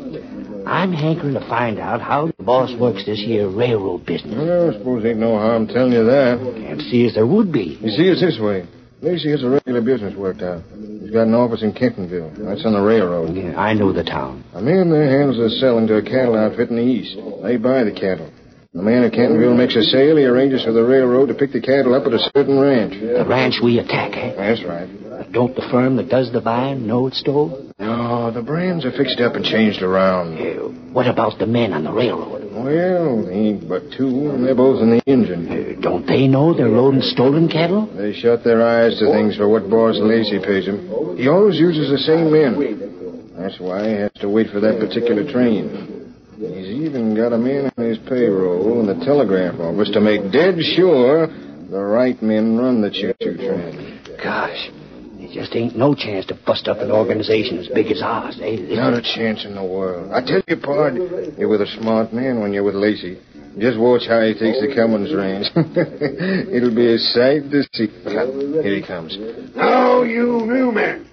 I'm hankering to find out how the boss works this here railroad business. Well, I suppose ain't no harm telling you that. Can't see as there would be. You see, it's this way. Lacey has a regular business worked out. He's got an office in Kentonville. That's on the railroad. Yeah, I know the town. A man there handles the selling to a cattle outfit in the east. They buy the cattle. The man in Kentonville makes a sale. He arranges for the railroad to pick the cattle up at a certain ranch. The ranch we attack, eh? That's right. Don't the firm that does the buying know it's stole? No, the brands are fixed up and changed around. What about the men on the railroad? Well, they ain't but two, and they're both in the engine. Don't they know they're loading stolen cattle? They shut their eyes to things for what Boss Lacey pays him. He always uses the same men. That's why he has to wait for that particular train. He's even got a man on his payroll in the telegraph office to make dead sure the right men run the choo-choo train. Gosh, there just ain't no chance to bust up an organization as big as ours, eh? Not a chance in the world. I tell you, Pard, you're with a smart man when you're with Lacey. Just watch how he takes the Cummins range. <laughs> It'll be a sight to see. Here he comes. Now, you new men,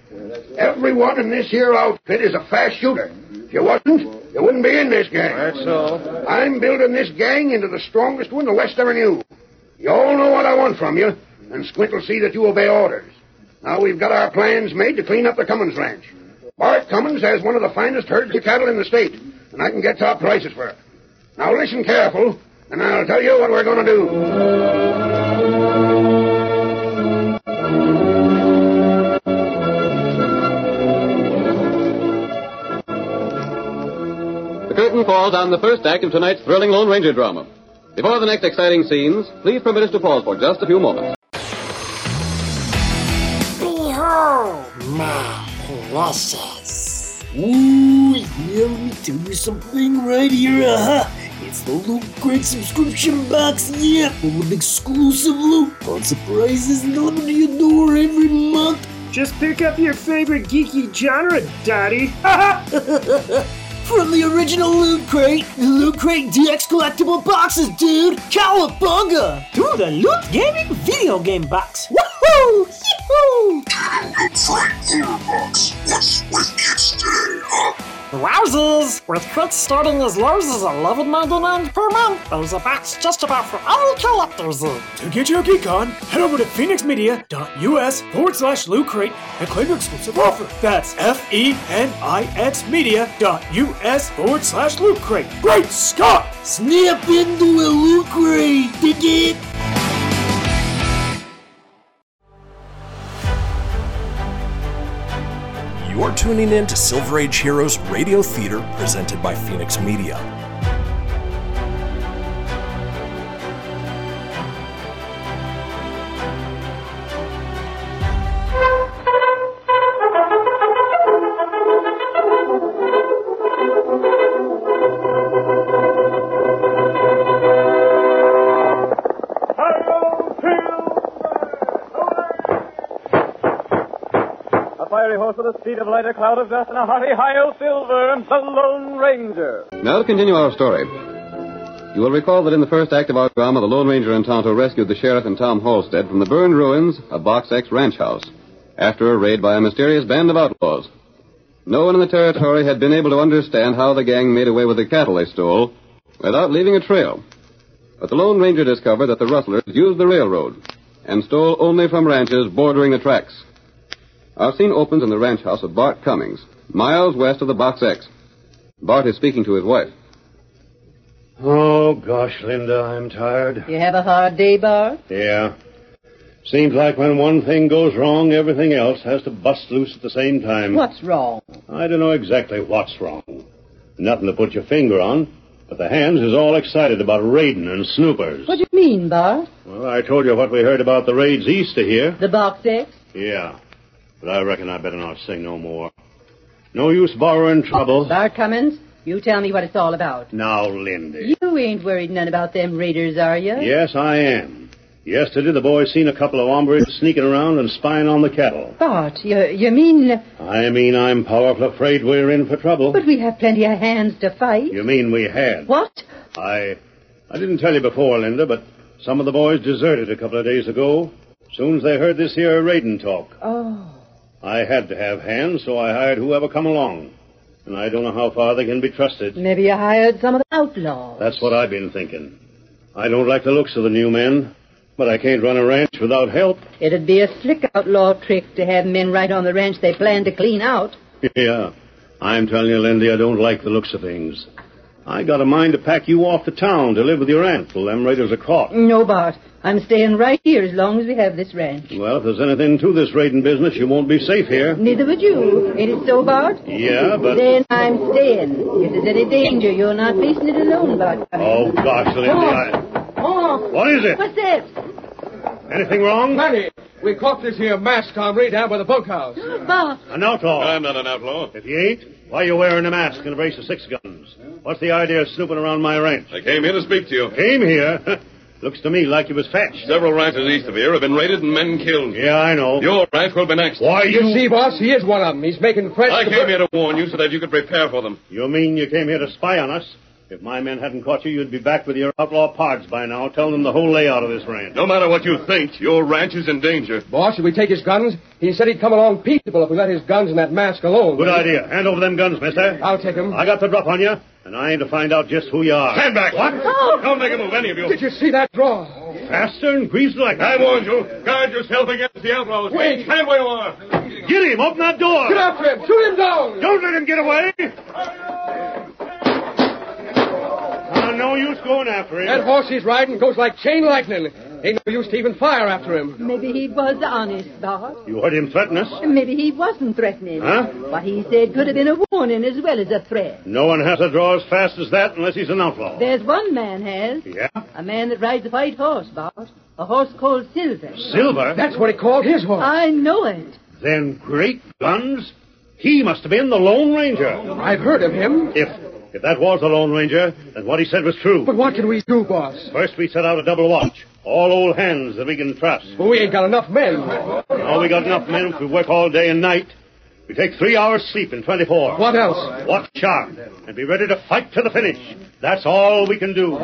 everyone in this here outfit is a fast shooter. If you wasn't, you wouldn't be in this gang. That's all. I'm building this gang into the strongest one the West ever knew. You all know what I want from you, and Squint will see that you obey orders. Now we've got our plans made to clean up the Cummins Ranch. Bart Cummins has one of the finest herds of cattle in the state, and I can get top prices for it. Now listen careful, and I'll tell you what we're going to do. The curtain falls on the first act of tonight's thrilling Lone Ranger drama. Before the next exciting scenes, please permit us to pause for just a few moments. Behold my precious. Ooh, yeah, let me tell you something right here. Uh-huh. It's the Loot Crate subscription box, yeah, full of exclusive loot, fun surprises delivered to your door every month. Just pick up your favorite geeky genre, Daddy. <laughs> From the original Loot Crate, the Loot Crate DX collectible boxes, dude! Cowabunga! To the Loot Gaming Video Game Box. Woohoo! Yee-hoo! Loot Crate Gamer Box. What's with kids today, huh? Wowzers! With crits starting as low as 11.99 per month, there's a box just about for all collectors. To get your geek on, head over to phoenixmedia.us forward slash loot crate and claim your exclusive offer. That's F E N I X media.us forward slash loot crate. Great Scott! Snap into a loot crate, dig it? You're tuning in to Silver Age Heroes Radio Theater presented by Phoenix Media. A fiery horse with a speed of light, a cloud of dust, and a hearty high o silver, and the Lone Ranger. Now to continue our story. You will recall that in the first act of our drama, the Lone Ranger and Tonto rescued the sheriff and Tom Halstead from the burned ruins of Box X Ranch House after a raid by a mysterious band of outlaws. No one in the territory had been able to understand how the gang made away with the cattle they stole without leaving a trail. But the Lone Ranger discovered that the rustlers used the railroad and stole only from ranches bordering the tracks. Our scene opens in the ranch house of Bart Cummings, miles west of the Box X. Bart is speaking to his wife. Oh, gosh, Linda, I'm tired. You have a hard day, Bart? Yeah. Seems like when one thing goes wrong, everything else has to bust loose at the same time. What's wrong? I don't know exactly what's wrong. Nothing to put your finger on, but the hands is all excited about raiding and snoopers. What do you mean, Bart? Well, I told you what we heard about the raids east of here. The box X? Yeah, but I reckon I better not say no more. No use borrowing trouble. Oh, Bart Cummins, you tell me what it's all about. Now, Lindy. You ain't worried none about them raiders, are you? Yes, I am. Yesterday, the boys seen a couple of hombres sneaking around and spying on the cattle. Bart, you, you mean... I mean, I'm powerful afraid we're in for trouble. But we have plenty of hands to fight. You mean we had? What? I, I didn't tell you before, Linda, but some of the boys deserted a couple of days ago. Soon as they heard this here raiding talk, Oh, I had to have hands, so I hired whoever come along. And I don't know how far they can be trusted. maybe you hired some of the outlaws. That's what I've been thinking. I don't like the looks of the new men, but I can't run a ranch without help. It'd be a slick outlaw trick to have men right on the ranch they plan to clean out. yeah. I'm telling you, Lindy, I don't like the looks of things. I got a mind to pack you off to town to live with your aunt till them raiders are caught. No, Bart, I'm staying right here as long as we have this ranch. Well, if there's anything to this raiding business, you won't be safe here. Neither would you. Ain't it so, Bart? Yeah, but- Then I'm staying. If there's any danger, you're not facing it alone, Bart. Oh, gosh, Lindy, I... Oh. What is it? What's that? Anything wrong? Manny, we caught this here masked hombre down by the bunkhouse. Bart. An outlaw. I'm not an outlaw. If you ain't, why are you wearing a mask and a brace of six guns? What's the idea of snooping around my ranch? I came here to speak to you. Came here? <laughs> Looks to me like you was fetched. Several ranches east of here have been raided and men killed. Yeah, I know. Your ranch will be next. Why, You see, boss, he is one of them. He's making threats. I to- came here to warn you so that you could prepare for them. You mean you came here to spy on us? If my men hadn't caught you, you'd be back with your outlaw pards by now, telling them the whole layout of this ranch. No matter what you think, your ranch is in danger. Boss, should we take his guns? He said he'd come along peaceable if we let his guns and that mask alone. Good idea. Hand over them guns, mister. I'll take them. I got the drop on you, and I aim to find out just who you are. Stand back. What? Oh. Don't make a move, any of you. Did you see that draw? Faster and greased like I warned you. Guard yourself against the outlaws. Wait. Stand where you are. Get him. Open that door. Get after him. Shoot him down. Don't let him get away. Oh, Now, no use going after him. That horse he's riding goes like chain lightning. Ain't no use to even fire after him. Maybe he was honest, Bart. You heard him threaten us? Maybe he wasn't threatening. Huh? What he said could have been a warning as well as a threat. No one has to draw as fast as that unless he's an outlaw. There's one man has. Yeah? A man that rides a white horse, Bart. A horse called Silver. Silver? That's what he called his horse. I know it. Then great guns? He must have been the Lone Ranger. I've heard of him. If if that was the Lone Ranger, then what he said was true. But what can we do, boss? First we set out a double watch. All old hands that we can trust. But we ain't got enough men. Now we got enough men if we work all day and night. We take three hours sleep in 24. What else? Watch sharp and be ready to fight to the finish. That's all we can do.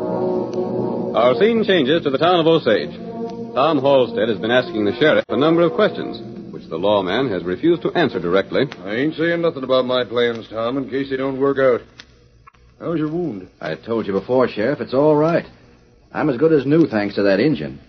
Our scene changes to the town of Osage. Tom Halstead has been asking the sheriff a number of questions, which the lawman has refused to answer directly. I ain't saying nothing about my plans, Tom, in case they don't work out. How's your wound? I told you before, Sheriff, it's all right. I'm as good as new thanks to that engine.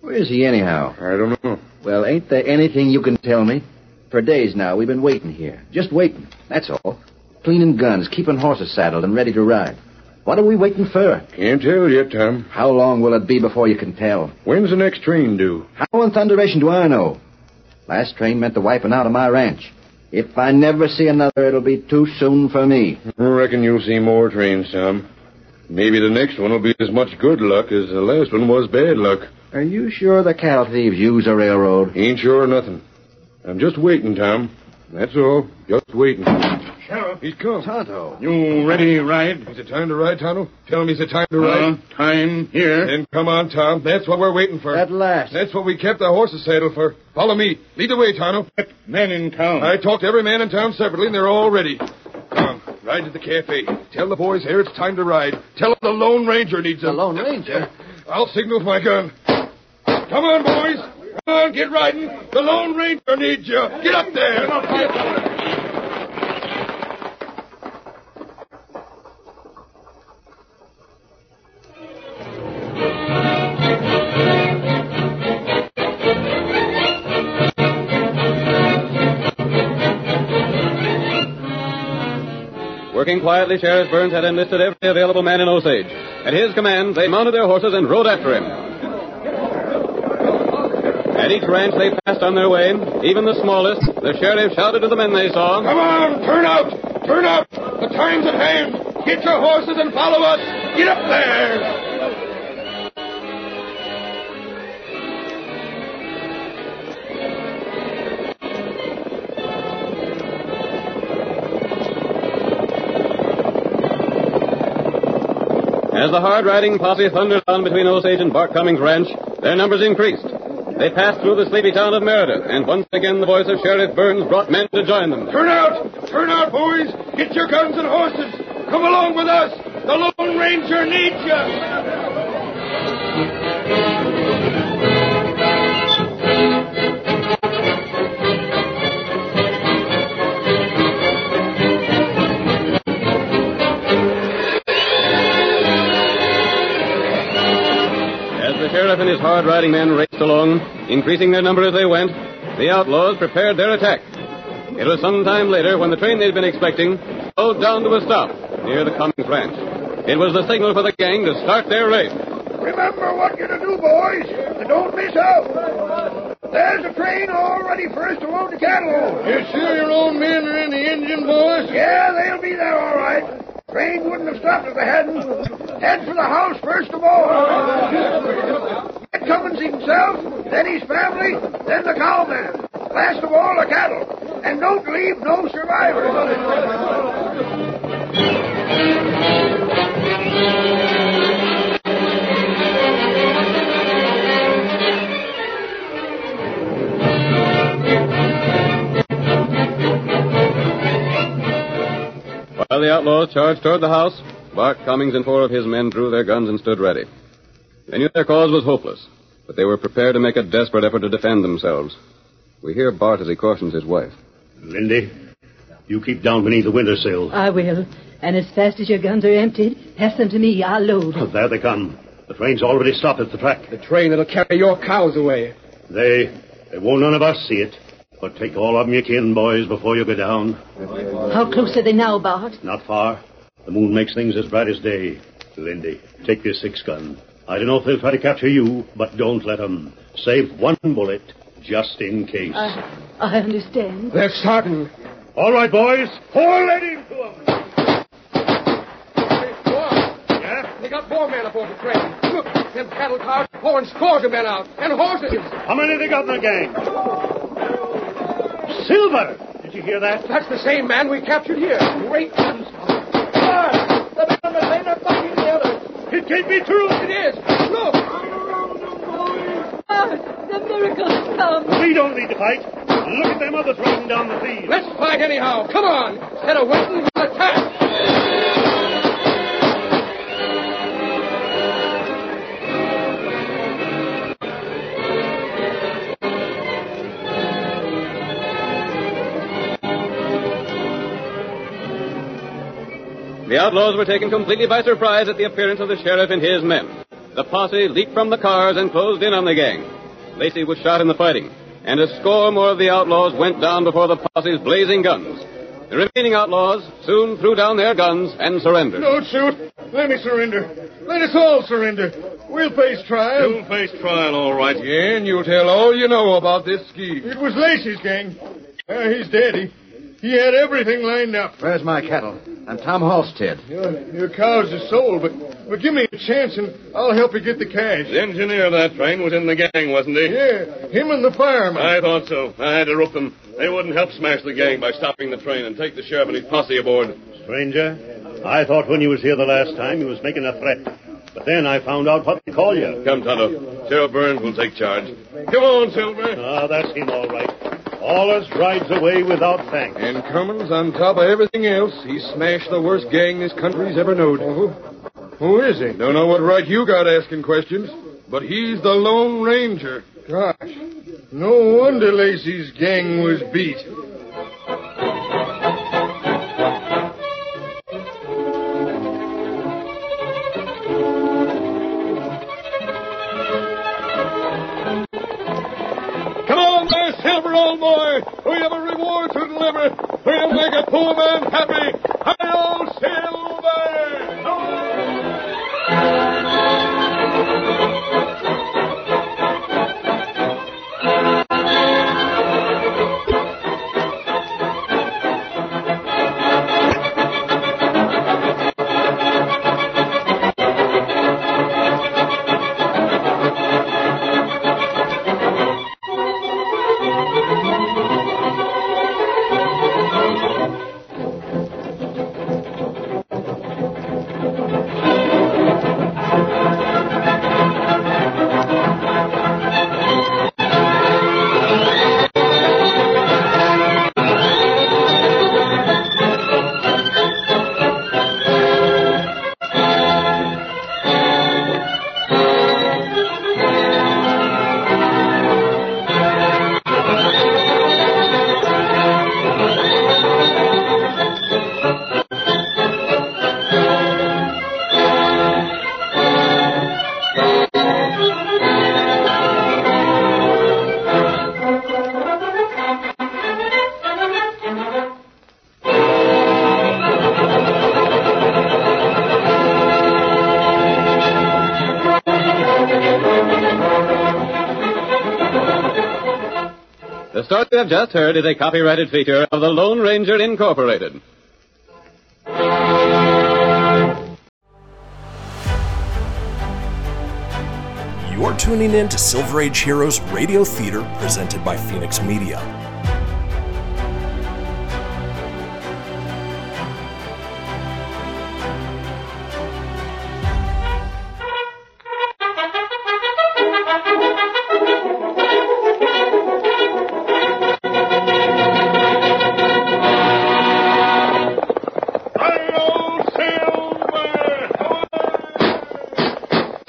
Where's he, anyhow? I don't know. Well, ain't there anything you can tell me? For days now, we've been waiting here. Just waiting, that's all. Cleaning guns, keeping horses saddled and ready to ride. What are we waiting for? Can't tell yet, Tom. How long will it be before you can tell? When's the next train due? How in thunderation do I know? Last train meant the wiping out of my ranch. If I never see another, it'll be too soon for me. I reckon you'll see more trains, Tom. Maybe the next one will be as much good luck as the last one was bad luck. Are you sure the cattle thieves use a railroad? Ain't sure of nothing. I'm just waiting, Tom. That's all. Just waiting. Sheriff. He's come. Tonto. You ready to ride? Is it time to ride, Tonto? Tell him is it time to Uh, ride? time here. Then come on, Tom. That's what we're waiting for. At last. That's what we kept the horses saddled for. Follow me. Lead the way, Tonto. Men in town. I talked to every man in town separately, and they're all ready. Come, ride to the cafe. Tell the boys here it's time to ride. Tell them the Lone Ranger needs them. The Lone Ranger? I'll signal with my gun. Come on, boys. Come on, get riding. The Lone Ranger needs you. Get up there. Working quietly, Sheriff Burns had enlisted every available man in Osage. At his command, they mounted their horses and rode after him. At each ranch they passed on their way, even the smallest, the sheriff shouted to the men they saw. Come on, turn out! Turn out! The time's at hand! Get your horses and follow us! Get up there! As the hard riding posse thundered on between Osage and Bart Cummings Ranch, their numbers increased. They passed through the sleepy town of Meredith, and once again the voice of Sheriff Burns brought men to join them. Turn out! Turn out, boys! Get your guns and horses! Come along with us! The Lone Ranger needs you! As the sheriff and his hard riding men raced along, increasing their number as they went, the outlaws prepared their attack. It was some time later when the train they'd been expecting slowed down to a stop near the Cummings Ranch. It was the signal for the gang to start their race. Remember what you're to do, boys, and don't miss out. There's a train all ready for us to load the cattle. You sure your own men are in the engine, boys? Yeah, they'll be there all right. Train wouldn't have stopped if they hadn't. Head for the house first of all. Get Cummins himself, then his family, then the cowman. Last of all, the cattle. And don't leave no survivors. While the outlaws charged toward the house, Bart Cummings and four of his men drew their guns and stood ready. They knew their cause was hopeless, but they were prepared to make a desperate effort to defend themselves. We hear Bart as he cautions his wife. Lindy, you keep down beneath the window sill. I will. Ah, And as fast as your guns are emptied, pass them to me. I'll load. Oh, there they come. The train's already stopped at the track. The train that'll carry your cows away. They they won't none of us see it. But take all of 'em you can, boys, before you go down. How close are they now, Bart? Not far. The moon makes things as bright as day. Lindy, take this six gun. I don't know if they'll try to capture you, but don't let 'em. Save one bullet, just in case. Uh, I, I understand. They're starting. All right, boys. Pour lead into 'em. They got more men aboard the train. Look, them cattle cars pouring scores of men out, and horses. How many they got in the gang? Silver! Did you hear that? That's the same man we captured here. Great guns. The men on the train are fighting the others. It can't be true. It is. Look. Ah, The miracle's come. We don't need to fight. Look at them others riding down the field. Let's fight anyhow. Come on. Instead of waiting, we'll attack. The outlaws were taken completely by surprise at the appearance of the sheriff and his men. The posse leaped from the cars and closed in on the gang. Lacey was shot in the fighting, and a score more of the outlaws went down before the posse's blazing guns. The remaining outlaws soon threw down their guns and surrendered. Don't shoot. Let me surrender. Let us all surrender. We'll face trial. You'll face trial, all right. Yeah, and you tell all you know about this scheme. It was Lacey's gang. Uh, he's dead. He, he had everything lined up. Where's my cattle? I'm Tom Halstead. Your, your cow's are sold, but, but give me a chance and I'll help you get the cash. The engineer of that train was in the gang, wasn't he? Yeah, him and the fireman. I thought so. I had to rope them. They wouldn't help smash the gang by stopping the train and take the sheriff and his posse aboard. Stranger, I thought when you was here the last time you was making a threat. But then I found out what to call you. Come, Tonto. Sheriff Burns will take charge. Come on, Silver. Ah, that's him all right. Allers rides away without thanks. And Cummins, on top of everything else, he smashed the worst gang this country's ever knowed. Who is he? Don't know what right you got asking questions, but he's the Lone Ranger. Gosh, no wonder Lacey's gang was beat. Come on there, Silver, old boy. We have a reward to deliver. We'll make a poor man happy. Hi-yo, Silver! The story you have just heard is a copyrighted feature of the Lone Ranger Incorporated. You're tuning in to Silver Age Heroes Radio Theater presented by Phoenix Media.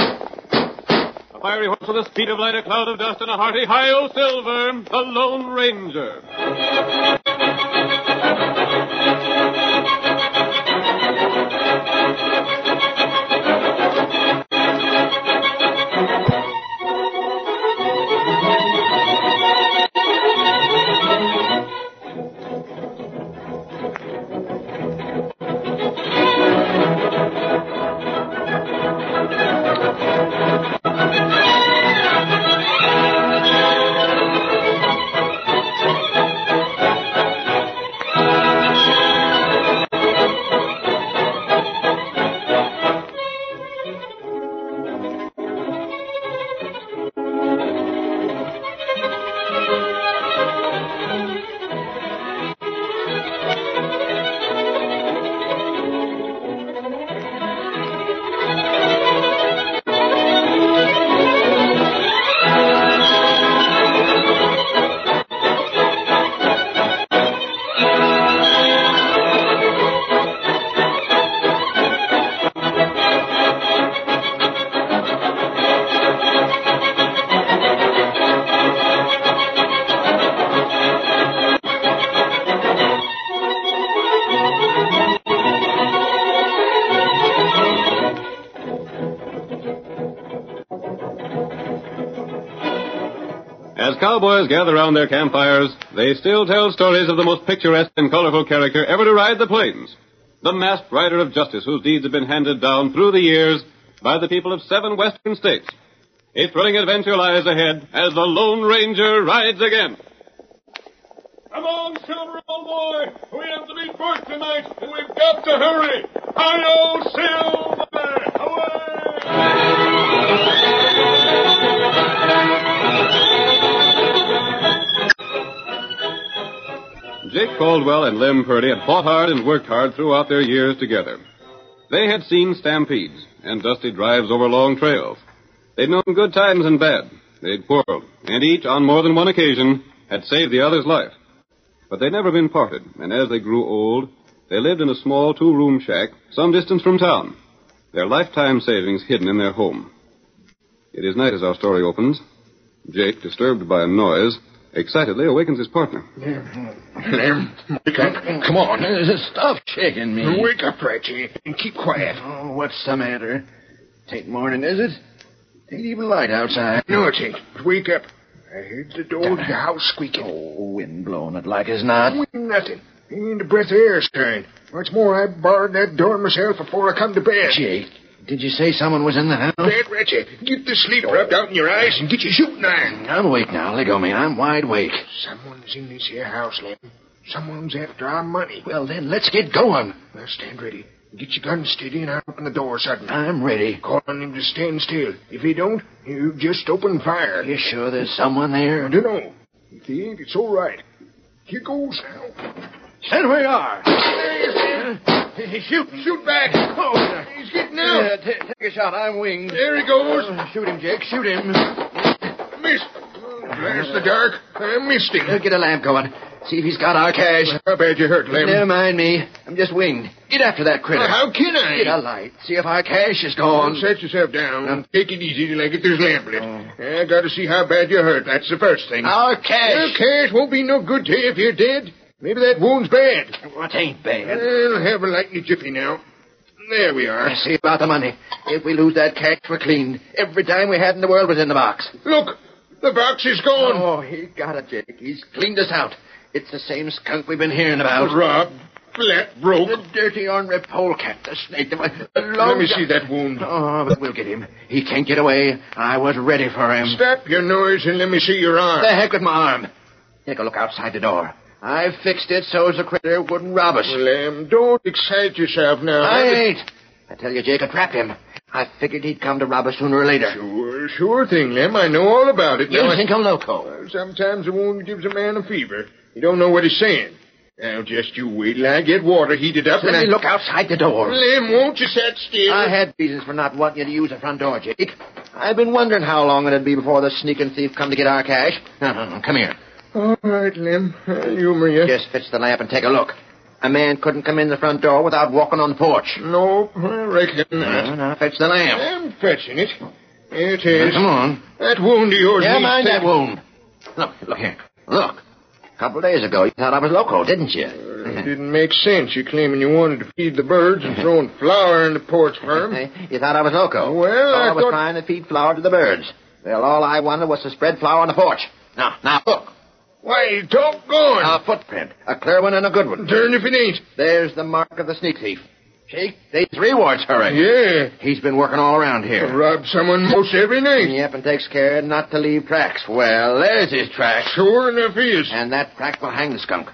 A fiery horse with the speed of light, a cloud of dust, and a hearty hi-yo silver, the Lone Ranger. cowboys gather around their campfires, they still tell stories of the most picturesque and colorful character ever to ride the plains. The masked rider of justice whose deeds have been handed down through the years by the people of seven western states. A thrilling adventure lies ahead as the Lone Ranger rides again. Come on, Silver, old boy. We have to beat Bert tonight, and we've got to hurry. Hi-yo, Silver! Jake Caldwell and Lem Purdy had fought hard and worked hard throughout their years together. They had seen stampedes and dusty drives over long trails. They'd known good times and bad. They'd quarreled, and each, on more than one occasion, had saved the other's life. But they'd never been parted, and as they grew old, they lived in a small two-room shack some distance from town, their lifetime savings hidden in their home. It is night as our story opens. Jake, disturbed by a noise, excitedly awakens his partner. Lem, wake up. Come on. uh, Stop shaking me. Wake up, Reggie, and keep quiet. Oh, what's the matter? Tain't morning, is it? Ain't even light outside. No, it ain't. Wake up. I heard the door of your house squeaking. Oh, wind blowing it like as not. We nothing. Ain't a breath of air stirring. What's more, I barred that door myself before I come to bed. Jake, did you say someone was in the house? Bed, Reggie, get the sleep rubbed out in your eyes and get your shooting iron. I'm awake now. Let go of me. I'm wide awake. Someone's in this here house, Lem. Someone's after our money. Well, then, let's get going. Now stand ready. Get your gun steady and I'll open the door sudden. I'm ready. Call on him to stand still. If he don't, you just open fire. You sure there's someone there? I don't know. If he ain't, it's all right. Here goes now. Stand where you are. Shoot! Shoot back! Oh, he's getting out! Yeah, ta- take a shot. I'm winged. There he goes. shoot him, Jake. Shoot him. Missed. There's the dark. I missed him. Uh, Get a lamp going. See if he's got our cash. How bad you hurt, Lem? Never mind me. I'm just winged. Get after that critter. Well, how can I? Get a light. See if our cash is gone. Oh. Set yourself down. Take it easy till I get this lamp lit. I got to see how bad you're hurt. That's the first thing. Our cash. Your cash won't be no good to you if you're dead. Maybe that wound's bad. What ain't bad? I'll have a light in a jiffy now. There we are. I see about the money. If we lose that cash, we're cleaned. Every dime we had in the world was in the box. Look, the box is gone. Oh, he got it, Jake. He's cleaned us out. It's the same skunk we've been hearing about. Rob, flat, broke. The dirty ornery polecat, the snake, the, the Let long... me see that wound. Oh, but we'll get him. He can't get away. I was ready for him. Stop your noise and let me see your arm. The heck with my arm. Take a look outside the door. I fixed it so's the critter wouldn't rob us. Lem, don't excite yourself now. I ain't. I tell you, Jake, I trapped him. I figured he'd come to rob us sooner or later. Sure, sure thing, Lem. I know all about it. You Now I- think I'm loco? Sometimes a wound gives a man a fever. You don't know what he's saying. Now, just you wait till I get water heated up and Let I... me look outside the door. Lem, won't you sit still? I had reasons for not wanting you to use the front door, Jake. I've been wondering how long it'd be before the sneaking thief come to get our cash. <laughs> No, no, no, come here. All right, Lem. I'll humor you. Just fetch the lamp and take a look. A man couldn't come in the front door without walking on the porch. No, I reckon No, not. no, fetch the lamp. I'm fetching it. Here it is. Come on. That wound of yours Yeah, needs mind that taking- wound. Look, look here. Look. A couple of days ago, you thought I was loco, didn't you? It didn't make sense. You claiming you wanted to feed the birds and throwing flour in the porch for <laughs> 'em. Hey, You thought I was loco. All Well, I I was thought- trying to feed flour to the birds. Well, all I wanted was to spread flour on the porch. Now, now, look. Why, don't go on. A footprint. A clear one and a good one. Turn if it ain't. There's the mark of the sneak thief. Jake, they three wards, hurry. Yeah. Eh, He's been working all around here. Rob someone most every night. Yep, and takes care not to leave tracks. Well, there's his track. Sure enough he is. And that track will hang the skunk.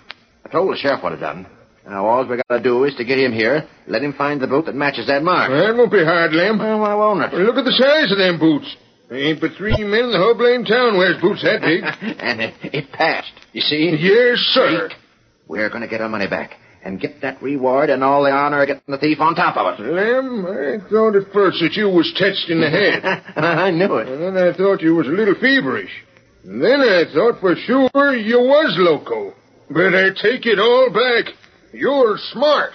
I told the sheriff what I'd done. Now, all we gotta do is to get him here, let him find the boot that matches that mark. That won't be hard, Lem. Well, why won't it? Well, Look at the size of them boots. There ain't but three men in the whole blame town wears boots that big. <laughs> and it, it passed. You see? yes, sir. We're going to get our money back and get that reward and all the honor of getting the thief on top of it. Lem, eh? I thought at first that you was touched in the head. <laughs> I knew it. and then I thought you was a little feverish. And then I thought for sure you was loco. But I take it all back. You're smart.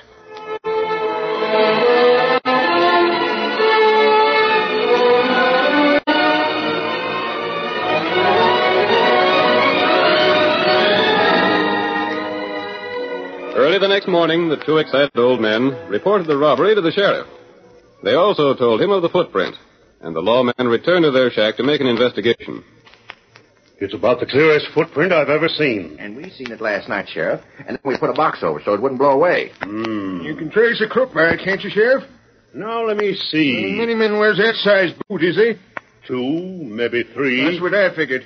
Early the next morning, the two excited old men reported the robbery to the sheriff. They also told him of the footprint, and the lawman returned to their shack to make an investigation. It's about the clearest footprint I've ever seen. And we seen it last night, Sheriff. And then we put a box over so it wouldn't blow away. Hmm. You can trace a crook by it, can't you, Sheriff? Now, let me see. Many Mm, men wears that size boot, is he? Two, maybe three. That's what I figured.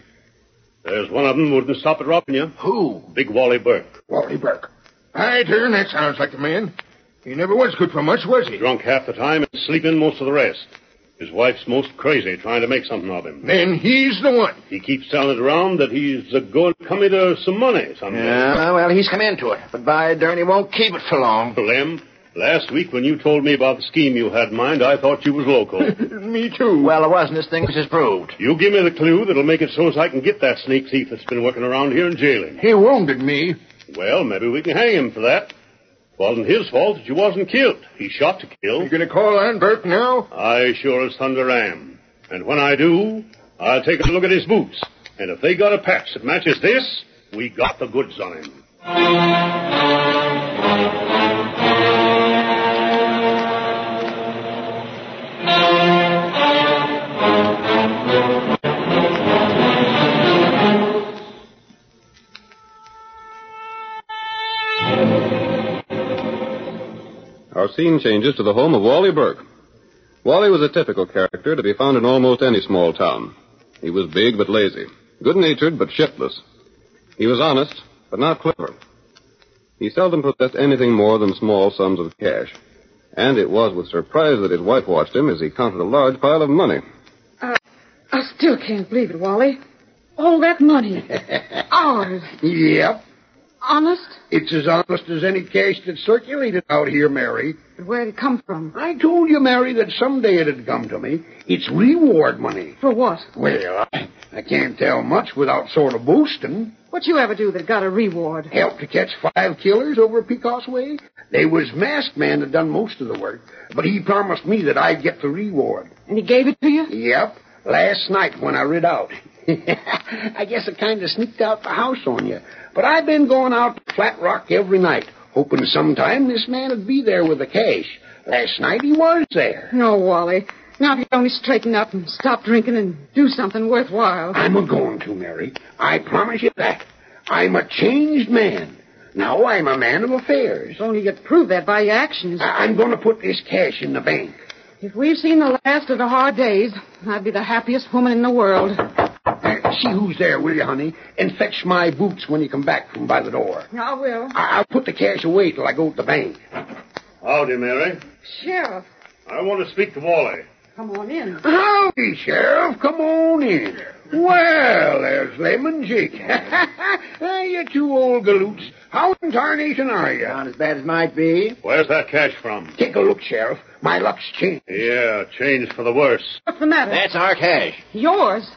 There's one of them wouldn't stop at robbing you. Who? Big Wally Burke. Wally Burke. I turn, that sounds like the man. He never was good for much, was he? Drunk half the time and sleeping most of the rest. His wife's most crazy trying to make something of him. Then he's the one. He keeps telling it around that he's a going to come into some money someday. Yeah, well, he's come into it. But by darn, he won't keep it for long. Lem, last week when you told me about the scheme you had in mind, I thought you was local. <laughs> Me too. Well, it wasn't. This thing was just proved. you give me the clue that'll make it so as I can get that sneak thief that's been working around here and jailing. He wounded me. Well, maybe we can hang him for that. Wasn't his fault that you wasn't killed. He shot to kill. You gonna call on Burke now? I sure as thunder am. And when I do, I'll take a look at his boots. And if they got a patch that matches this, we got the goods on him. Our scene changes to the home of Wally Burke. Wally was a typical character to be found in almost any small town. He was big but lazy, good natured but shiftless. He was honest but not clever. He seldom possessed anything more than small sums of cash. And it was with surprise that his wife watched him as he counted a large pile of money. I still can't believe it, Wally. All that money. Ours. Yep. Honest? It's as honest as any cash that circulated out here, Mary. But where'd it come from? I told you, Mary, that someday it'd come to me. It's reward money. For what? Well, I, I can't tell much without sort of boosting. What you ever do that got a reward? Helped to catch five killers over at Pecos Way. They was masked man that done most of the work, but he promised me that I'd get the reward. And he gave it to you? Yep, last night when I rid out. <laughs> I guess it kind of sneaked out the house on you. But I've been going out to Flat Rock every night, hoping sometime this man would be there with the cash. Last night he was there. No, Wally. Now if you'd only straighten up and stop drinking and do something worthwhile. I'm a going to, Mary. I promise you that. I'm a changed man. Now I'm a man of affairs. Only you could prove that by your actions. I- I'm going to put this cash in the bank. If we've seen the last of the hard days, I'd be the happiest woman in the world. Uh, see who's there, will you, honey? And fetch my boots when you come back from by the door. I will. I- I'll put the cash away till I go to the bank. Howdy, Mary. Sheriff, I want to speak to Wally. come on in. Howdy, Sheriff. Come on in. Well, there's Lemon Jake. <laughs> hey, you two old galoots. How in tarnation are you? Not as bad as might be. Where's that cash from? Take a look, Sheriff. My luck's changed. Yeah, change for the worse. What's the matter? <laughs> That's our cash. Yours?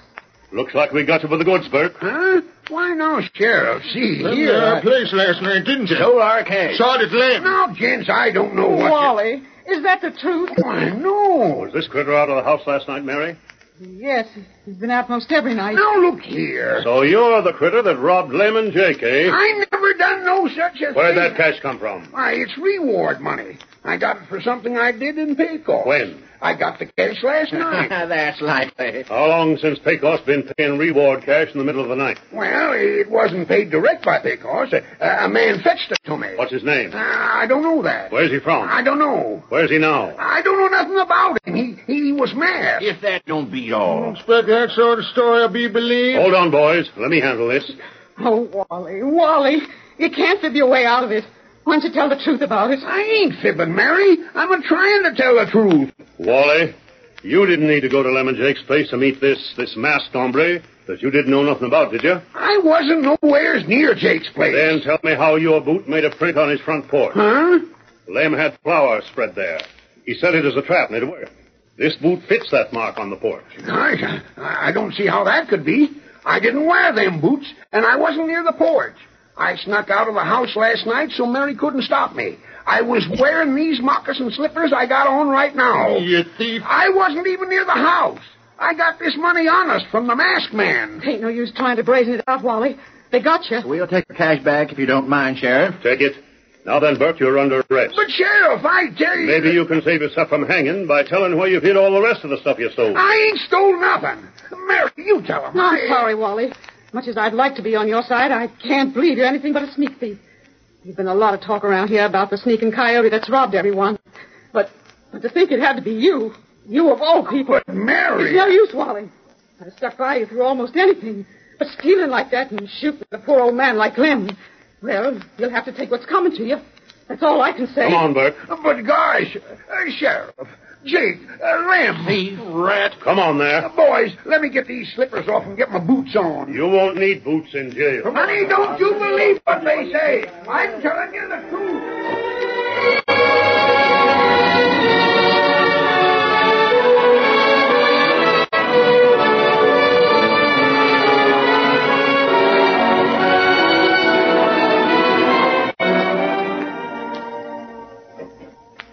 Looks like we got you with the goods, Burke. Huh? Why no, Sheriff? See Left here. it at our place last night, didn't you? Stole our cash. Saw it at Lamb. Now, gents, I don't know what. Wally, is that the truth? Why, no. Was this critter out of the house last night, Mary? Yes, he's been out most every night. Now look here. So you're the critter that robbed Lemon Jake, eh? I never done no such a Where'd thing. that cash come from? Why, it's reward money. I got it for something I did in Pecos. When? I got the cash last <laughs> <laughs> night. That's likely. How long since Pecos been paying reward cash in the middle of the night? Well, it wasn't paid direct by Pecos. A, a man fetched it to me. What's his name? I don't know that. Where's he from? I don't know. Where's he now? I don't know nothing about him. He he was mad. If that don't beat all. Expect that sort of story will be believed. Hold on, boys. Let me handle this. Oh, Wally, Wally, you can't fib your way out of it. Why don't you tell the truth about it? I ain't fibbing, Mary. I'm a trying to tell the truth. Wally, you didn't need to go to Lemon Jake's place to meet this this masked hombre that you didn't know nothing about, did you? I wasn't nowheres near Jake's place. Then tell me how your boot made a print on his front porch. Huh? Lem had flour spread there. He set it as a trap, and it worked. This boot fits that mark on the porch. Gosh, I, I don't see how that could be. I didn't wear them boots, and I wasn't near the porch. I snuck out of the house last night so Mary couldn't stop me. I was wearing these moccasin slippers I got on right now. You thief. I wasn't even near the house. I got this money honest from the masked man. Ain't no use trying to brazen it out, Wally. They got you. We'll take the cash back if you don't mind, Sheriff. Eh? Take it. Now then, Burke, you're under arrest. But, Sheriff, I tell you. Maybe you can save yourself from hanging by telling where you've hid all the rest of the stuff you stole. I ain't stole nothing. Mary, you tell him. I'm sorry, Wally. Much as I'd like to be on your side, I can't believe you're anything but a sneak thief. There's been a lot of talk around here about the sneaking coyote that's robbed everyone. But, but to think it had to be you. You of all people. But Mary- It's no use, Wally. I'd have stuck by you through almost anything. But stealing like that and shooting a poor old man like Lem. Well, you'll have to take what's coming to you. That's all I can say. Come on, Burke. But gosh, uh, Sheriff, Jake, uh, Lim. Thief, rat. Come on Uh, there. Boys, let me get these slippers off and get my boots on. You won't need boots in jail. Honey, don't you believe what they say. I'm telling you the truth.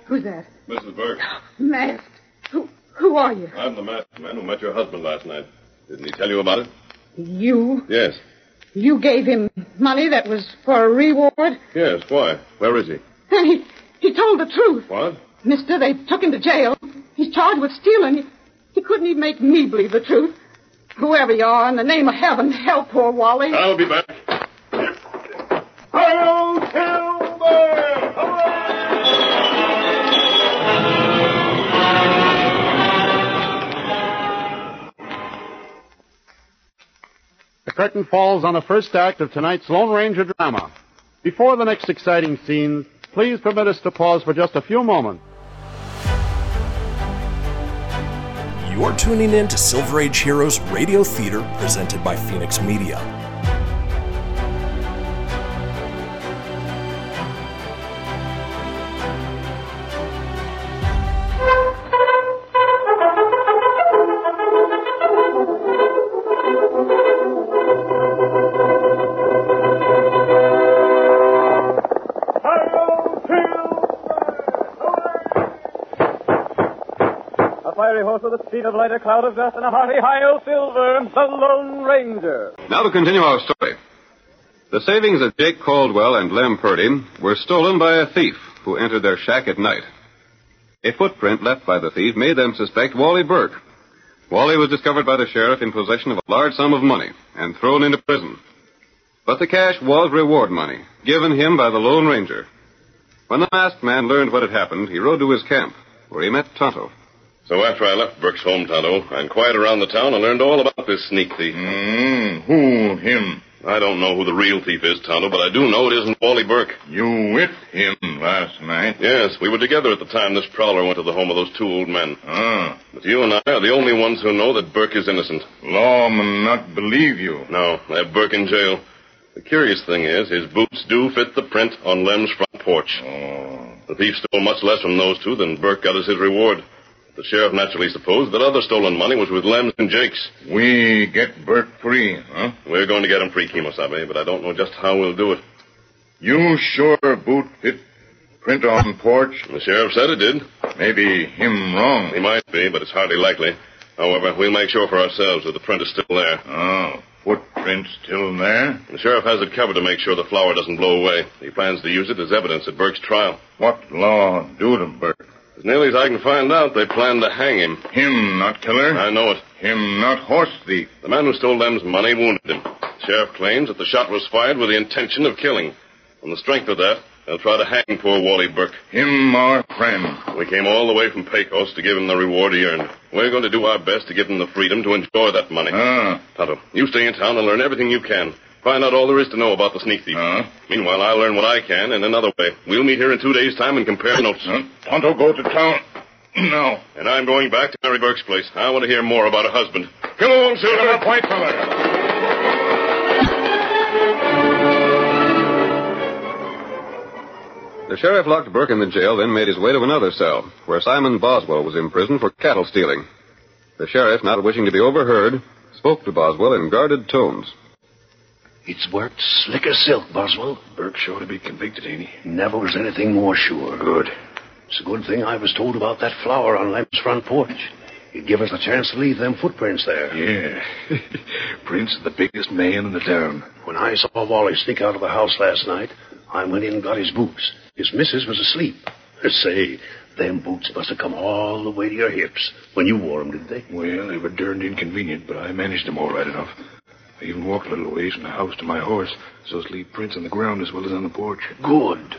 Who's that? Mrs. Burke, Masked. Who, who are you? I'm the masked man who met your husband last night. Didn't he tell you about it? You? Yes. You gave him money that was for a reward? And Yes, why? Where is he? he, he told the truth. What? Mister, they took him to jail. He's charged with stealing. He, he couldn't even make me believe the truth. Whoever you are, in the name of heaven, help poor Wally. I'll be back. The curtain falls on the first act of tonight's Lone Ranger drama. Before the next exciting scenes, please permit us to pause for just a few moments. You're tuning in to Silver Age Heroes Radio Theater presented by Phoenix Media. A fiery horse with a speed of light, a cloud of dust, and a hearty high o silver, the Lone Ranger. Now to continue our story. The savings of Jake Caldwell and Lem Purdy were stolen by a thief who entered their shack at night. A footprint left by the thief made them suspect Wally Burke. Wally was discovered by the sheriff in possession of a large sum of money and thrown into prison. But the cash was reward money given him by the Lone Ranger. When the masked man learned what had happened, he rode to his camp, where he met Tonto. So after I left Burke's home, Tonto, I inquired around the town and learned all about this sneak thief. Mm, who him? I don't know who the real thief is, Tonto, but I do know it isn't Wally Burke. You with him last night? Yes, we were together at the time this prowler went to the home of those two old men. Ah, But you and I are the only ones who know that Burke is innocent. Lawmen not believe you. No, they have Burke in jail. The curious thing is, his boots do fit the print on Lem's front porch. Oh. The thief stole much less from those two than Burke got as his reward. The sheriff naturally supposed that other stolen money was with Lem's and Jake's. we get Burke free, huh? We're going to get him free, Kemosabe, but I don't know just how we'll do it. You sure boot fit print on porch? The sheriff said it did. Maybe him wrong. He might be, but it's hardly likely. However, we'll make sure for ourselves that the print is still there. Oh, footprint still there? The sheriff has it covered to make sure the flower doesn't blow away. He plans to use it as evidence at Burke's trial. What law do to Burke? As nearly as I can find out, they plan to hang him. Him not killer? I know it. Him not horse thief. The man who stole Lem's money wounded him. The sheriff claims that the shot was fired with the intention of killing. On the strength of that, they'll try to hang poor Wally Burke. Him our friend. We came all the way from Pecos to give him the reward he earned. We're going to do our best to give him the freedom to enjoy that money. Ah. Tonto, you stay in town and learn everything you can. Find out all there is to know about the sneak thief. Ah. Meanwhile, I'll learn what I can in another way. We'll meet here in two days' time and Ah. compare notes. Tonto, go to town now. And I'm going back to Mary Burke's place. I want to hear more about her husband. Come on, Silver. White fella. The sheriff locked Burke in the jail, then made his way to another cell, where Simon Boswell was imprisoned for cattle stealing. The sheriff, not wishing to be overheard, spoke to Boswell in guarded tones. It's worked slick as silk, Boswell. Burke's sure to be convicted, ain't he? Never was anything more sure. Good. It's a good thing I was told about that flower on Lem's front porch. It'd give us a chance to leave them footprints there. Yeah. <laughs> Prince, the biggest man in the town. When I saw Wally sneak out of the house last night, I went in and got his boots. His missus was asleep. <laughs> Say, them boots must have come all the way to your hips when you wore 'em, didn't they? Well, they were derned inconvenient, but I managed them all right enough. I even walked a little ways from the house to my horse, so as to leave prints on the ground as well as on the porch. Good.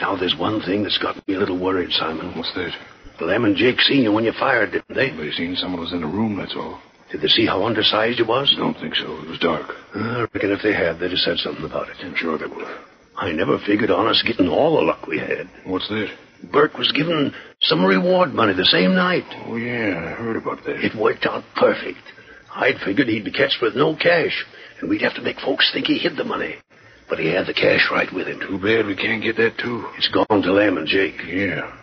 Now there's one thing that's got me a little worried, Simon. What's that? Lem and Jake seen you when you fired, didn't they? They seen someone was in the room, that's all. Did they see how undersized you was? Don't think so. It was dark. I reckon if they had, they'd have said something about it. I'm sure they would have. I never figured on us getting all the luck we had. What's that? Burke was given some reward money the same night. Oh, yeah, I heard about that. It worked out perfect. I'd figured he'd be catched with no cash, and we'd have to make folks think he hid the money. But he had the cash right with him. Too bad we can't get that, too. It's gone to Lamb and Jake. Yeah.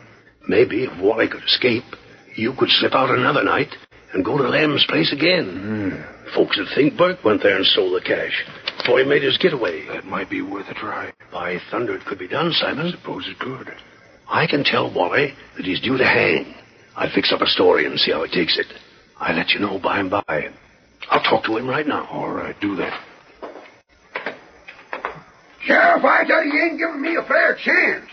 Maybe if Wally could escape, you could slip out another night and go to Lamb's place again. Folks would think Burke went there and stole the cash before he made his getaway. That might be worth a try. By thunder, it could be done, Simon. I suppose it could. I can tell Wally that he's due to hang. I'll fix up a story and see how he takes it. I'll let you know by and by. I'll talk to him right now. All right, do that. Sheriff, I tell you, you ain't giving me a fair chance.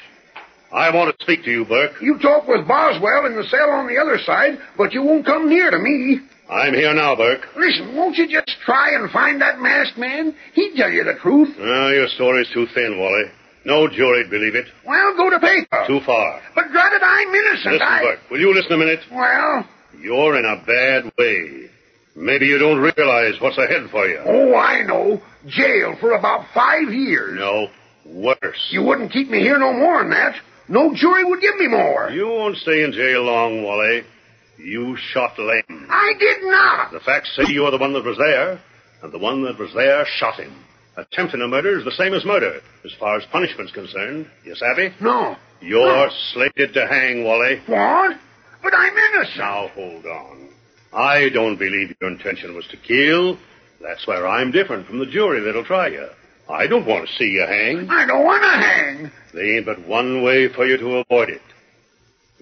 I want to speak to you, Burke. You talk with Boswell in the cell on the other side, but you won't come near to me. I'm here now, Burke. Listen, won't you just try and find that masked man? He'd tell you the truth. Ah, your story's too thin, Wally. No jury'd believe it. Well, go to paper. Too far. But drat it, I'm innocent. Listen, Oh. I... Burke, will you listen a minute? Well, You're in a bad way. Maybe you don't realize what's ahead for you. oh, I know. Jail for about five years. No, worse. You wouldn't keep me here no more than that. No jury would give me more. You won't stay in jail long, Wally. You shot Lane. I did not. The facts say you're the one that was there, and the one that was there shot him. Attempting a murder is the same as murder, as far as punishment's concerned. You savvy? No. You're slated to hang, Wally. What? But I'm innocent. Now hold on. I don't believe your intention was to kill. That's where I'm different from the jury that'll try you. I don't want to see you hang. I don't want to hang. There ain't but one way for you to avoid it.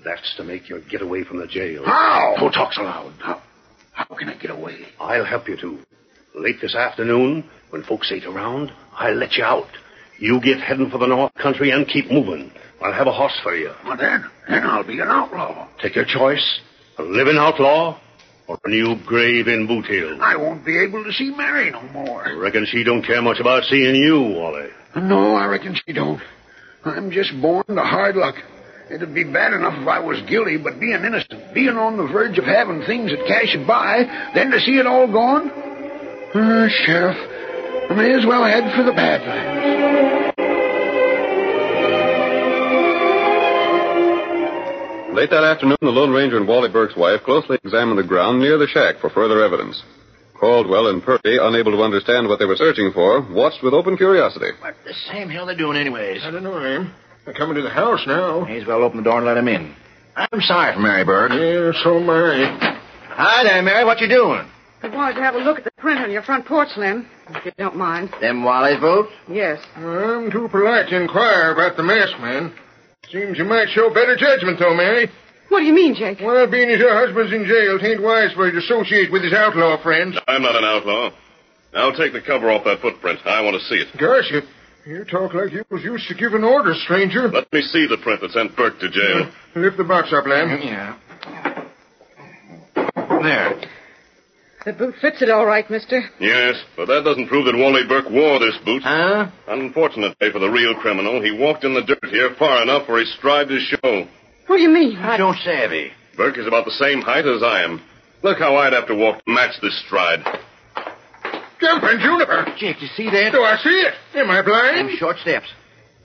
That's to make your getaway from the jail. How? Don't talk so loud. How, how can I get away? I'll help you to. Late this afternoon, when folks ain't around, I'll let you out. You get heading for the North Country and keep moving. I'll have a horse for you. Well, then, then I'll be an outlaw. Take your choice. A living outlaw or a new grave in Boot Hill. I won't be able to see Mary no more. Reckon she don't care much about seeing you, Wally. No, I reckon she don't. I'm just born to hard luck. It'd be bad enough if I was guilty, but being innocent, being on the verge of having things that cash you buy, then to see it all gone. Uh, Sheriff, I may as well head for the Badlands. Late that afternoon, the Lone Ranger and Wally Burke's wife closely examined the ground near the shack for further evidence. Caldwell and Purdy, unable to understand what they were searching for, watched with open curiosity. The same hell they're doing anyways. I don't know, Em. They're coming to the house now. May as well open the door and let them in. I'm sorry for Mary Burke. Yeah, so am I. Hi there, Mary. What you doing? I wanted to have a look at the print on your front porch, Lem, if you don't mind. Them Wally's boots? Yes. I'm too polite to inquire about the masked man. Seems you might show better judgment, though, Mary. What do you mean, Jake? Well, being as your husband's in jail, tain't wise for you to associate with his outlaw friends. I'm not an outlaw. Now take the cover off that footprint. I want to see it. Gosh, you, you talk like you was used to giving orders, stranger. Let me see the print that sent Burke to jail. Lift the box up, Lamb. Mm-hmm. Yeah. There. The boot fits it all right, mister. Yes, but that doesn't prove that Wally Burke wore this boot. Huh? Unfortunately for the real criminal, he walked in the dirt here far enough where he strived to show. What do you mean? I don't savvy. Burke is about the same height as I am. Look how I'd have to walk to match this stride. Jumping juniper. Jake, you see that? Do I see it? Am I blind? Them short steps.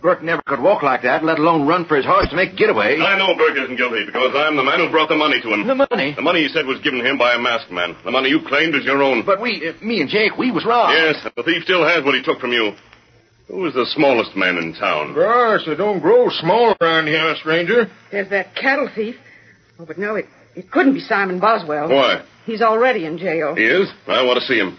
Burke never could walk like that, let alone run for his horse to make a getaway. I know Burke isn't guilty because I'm the man who brought the money to him. The money? The money he said was given him by a masked man. The money you claimed is your own. But we, uh, me and Jake, we was robbed. Yes, and the thief still has what he took from you. Who is the smallest man in town? Gosh, they don't grow small around here, stranger. There's that cattle thief. Oh, but no, it, it couldn't be Simon Boswell. Why? He's already in jail. He is? I want to see him.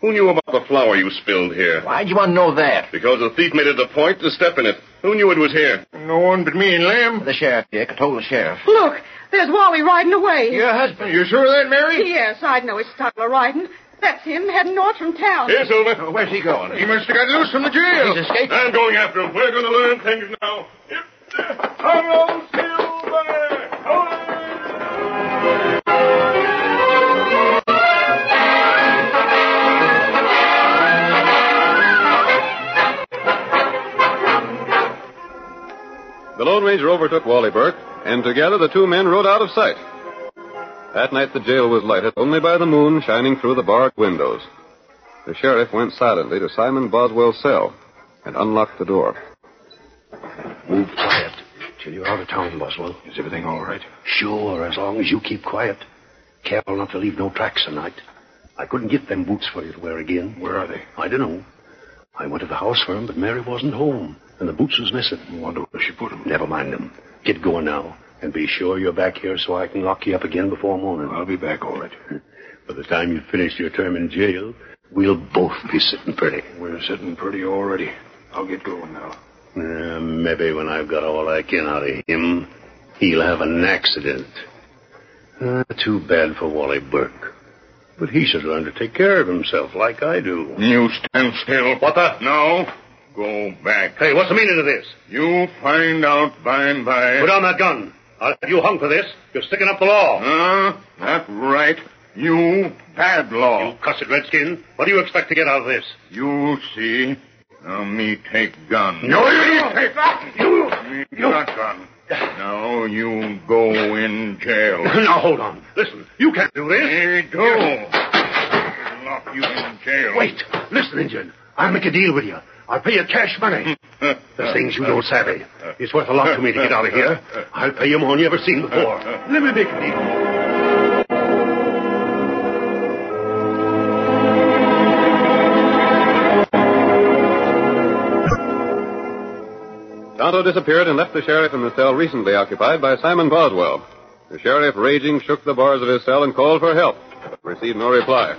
Who knew about the flour you spilled here? Why'd you want to know that? Because the thief made it a point to step in it. Who knew it was here? No one but me and Lamb. The sheriff, Jake. I told the sheriff. Look, there's Wally riding away. Your husband. You sure of that, Mary? Yes, I know it's Stutler riding. That's him heading north from town. Here, Silver. Oh, where's he going? He must have got loose from the jail. He's escaped. I'm going after him. We're going to learn things now. Hello, Silver! Ranger overtook Wally Burke, and together the two men rode out of sight. That night the jail was lighted only by the moon shining through the barred windows. The sheriff went silently to Simon Boswell's cell and unlocked the door. Move quiet till you're out of town, Boswell. Is everything all right? Sure, as long as you keep quiet. Careful not to leave no tracks tonight. I couldn't get them boots for you to wear again. Where are they? I don't know. I went to the house for 'em, but Mary wasn't home, and the boots was missing. Wonder where she put 'em. Never mind 'em. Get going now, and be sure you're back here so I can lock you up again before morning. I'll be back all right. <laughs> By the time you've finished your term in jail, we'll both be sitting pretty. We're sitting pretty already. I'll get going now. Uh, maybe when I've got all I can out of him, he'll have an accident. Uh, too bad for Wally Burke. But he should learn to take care of himself like I do. You stand still. What the? No. Go back. Hey, what's the meaning of this? You find out by and by. Put down that gun. I'll have you hung for this. You're sticking up the law. Ah, that right. You bad law. You cussed redskin. What do you expect to get out of this? You see. Now me take gun. No, you don't take that. You. Me got gun. Now you go in jail. now, hold on. Listen, you can't do this. Hey, go. Lock you in jail. Wait. Listen, Injun. I'll make a deal with you. I'll pay you cash money. There's things you don't savvy. It's worth a lot to me to get out of <laughs> here. I'll pay you more than you ever seen before. Let me make a deal. Tonto disappeared and left the sheriff in the cell recently occupied by Simon Boswell. The sheriff, raging, shook the bars of his cell and called for help, but received no reply.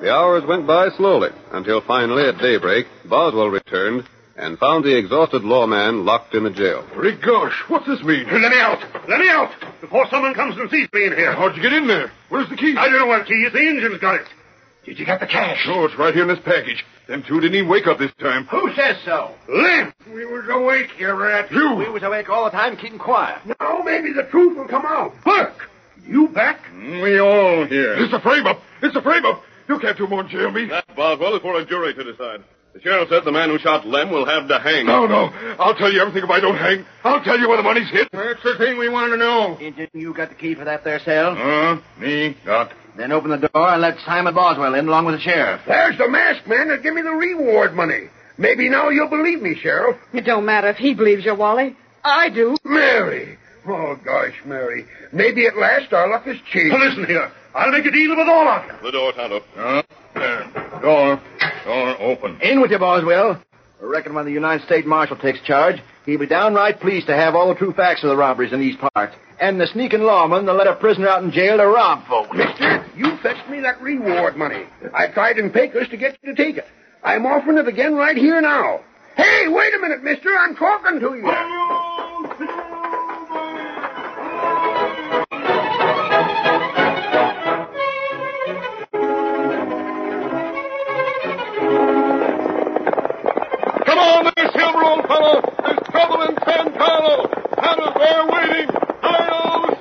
The hours went by slowly until finally, at daybreak, Boswell returned and found the exhausted lawman locked in the jail. Rigosh, what's this mean? Let me out! Let me out! Before someone comes and sees me in here. How'd you get in there? Where's the key? I don't know what key is. The engine's got it. Did you get the cash? No, it's right here in this package. Them two didn't even wake up this time. Who says so? Lynn! We was awake, you rat. You. We was awake all the time, keeping quiet. Now maybe the truth will come out. Burke! You back? We all here. It's a frame-up. It's a frame-up. You can't do more than jail me. That, Boswell, is for a jury to decide. The sheriff said the man who shot Lem will have to hang. No, no. I'll tell you everything if I don't hang. I'll tell you where the money's hid. That's the thing we want to know. Didn't you got the key for that there cell? Uh, me got. Then open the door and let Simon Boswell in along with the sheriff. There's the masked man that gave me the reward money. Maybe now you'll believe me, Sheriff. It don't matter if he believes you, Wally. I do. Mary. Oh, gosh, Mary. Maybe at last our luck is changed. Listen here. I'll make a deal with all of you. The door, Tonto. Uh, door. Door open. In with you, Boswell. I reckon when the United States Marshal takes charge, he'll be downright pleased to have all the true facts of the robberies in these parts. And the sneaking lawman that let a prisoner out in jail to rob folks. Mister, you fetched me that reward money. I tried in Pecos to get you to take it. I'm offering it again right here now. Hey, wait a minute, mister. I'm talking to you. Come on there, Silver, old fellow. There's trouble in San Carlo. Hannah, they're waiting. Hi, old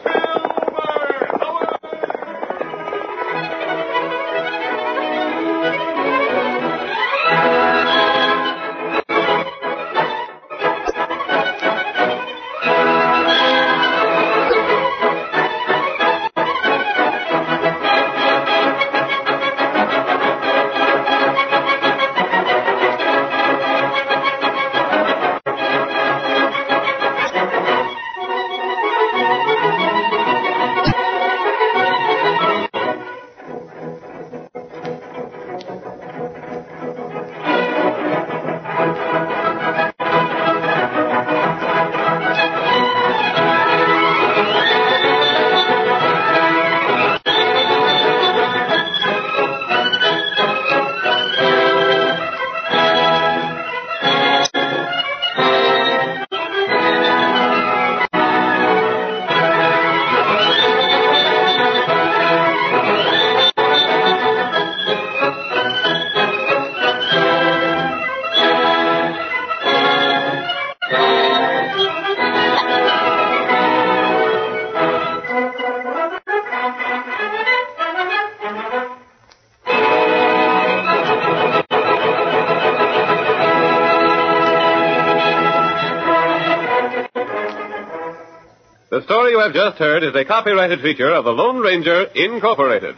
The story you have just heard is a copyrighted feature of the Lone Ranger Incorporated.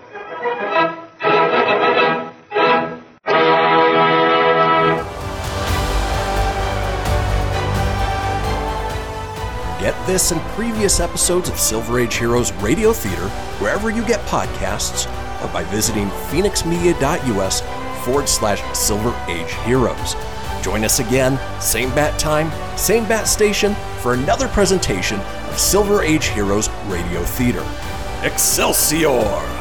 Get this and previous episodes of Silver Age Heroes Radio Theater wherever you get podcasts or by visiting phoenixmedia.us forward slash Silver Age Heroes. Join us again, same bat time, same bat station, for another presentation of Silver Age Heroes Radio Theater. Excelsior!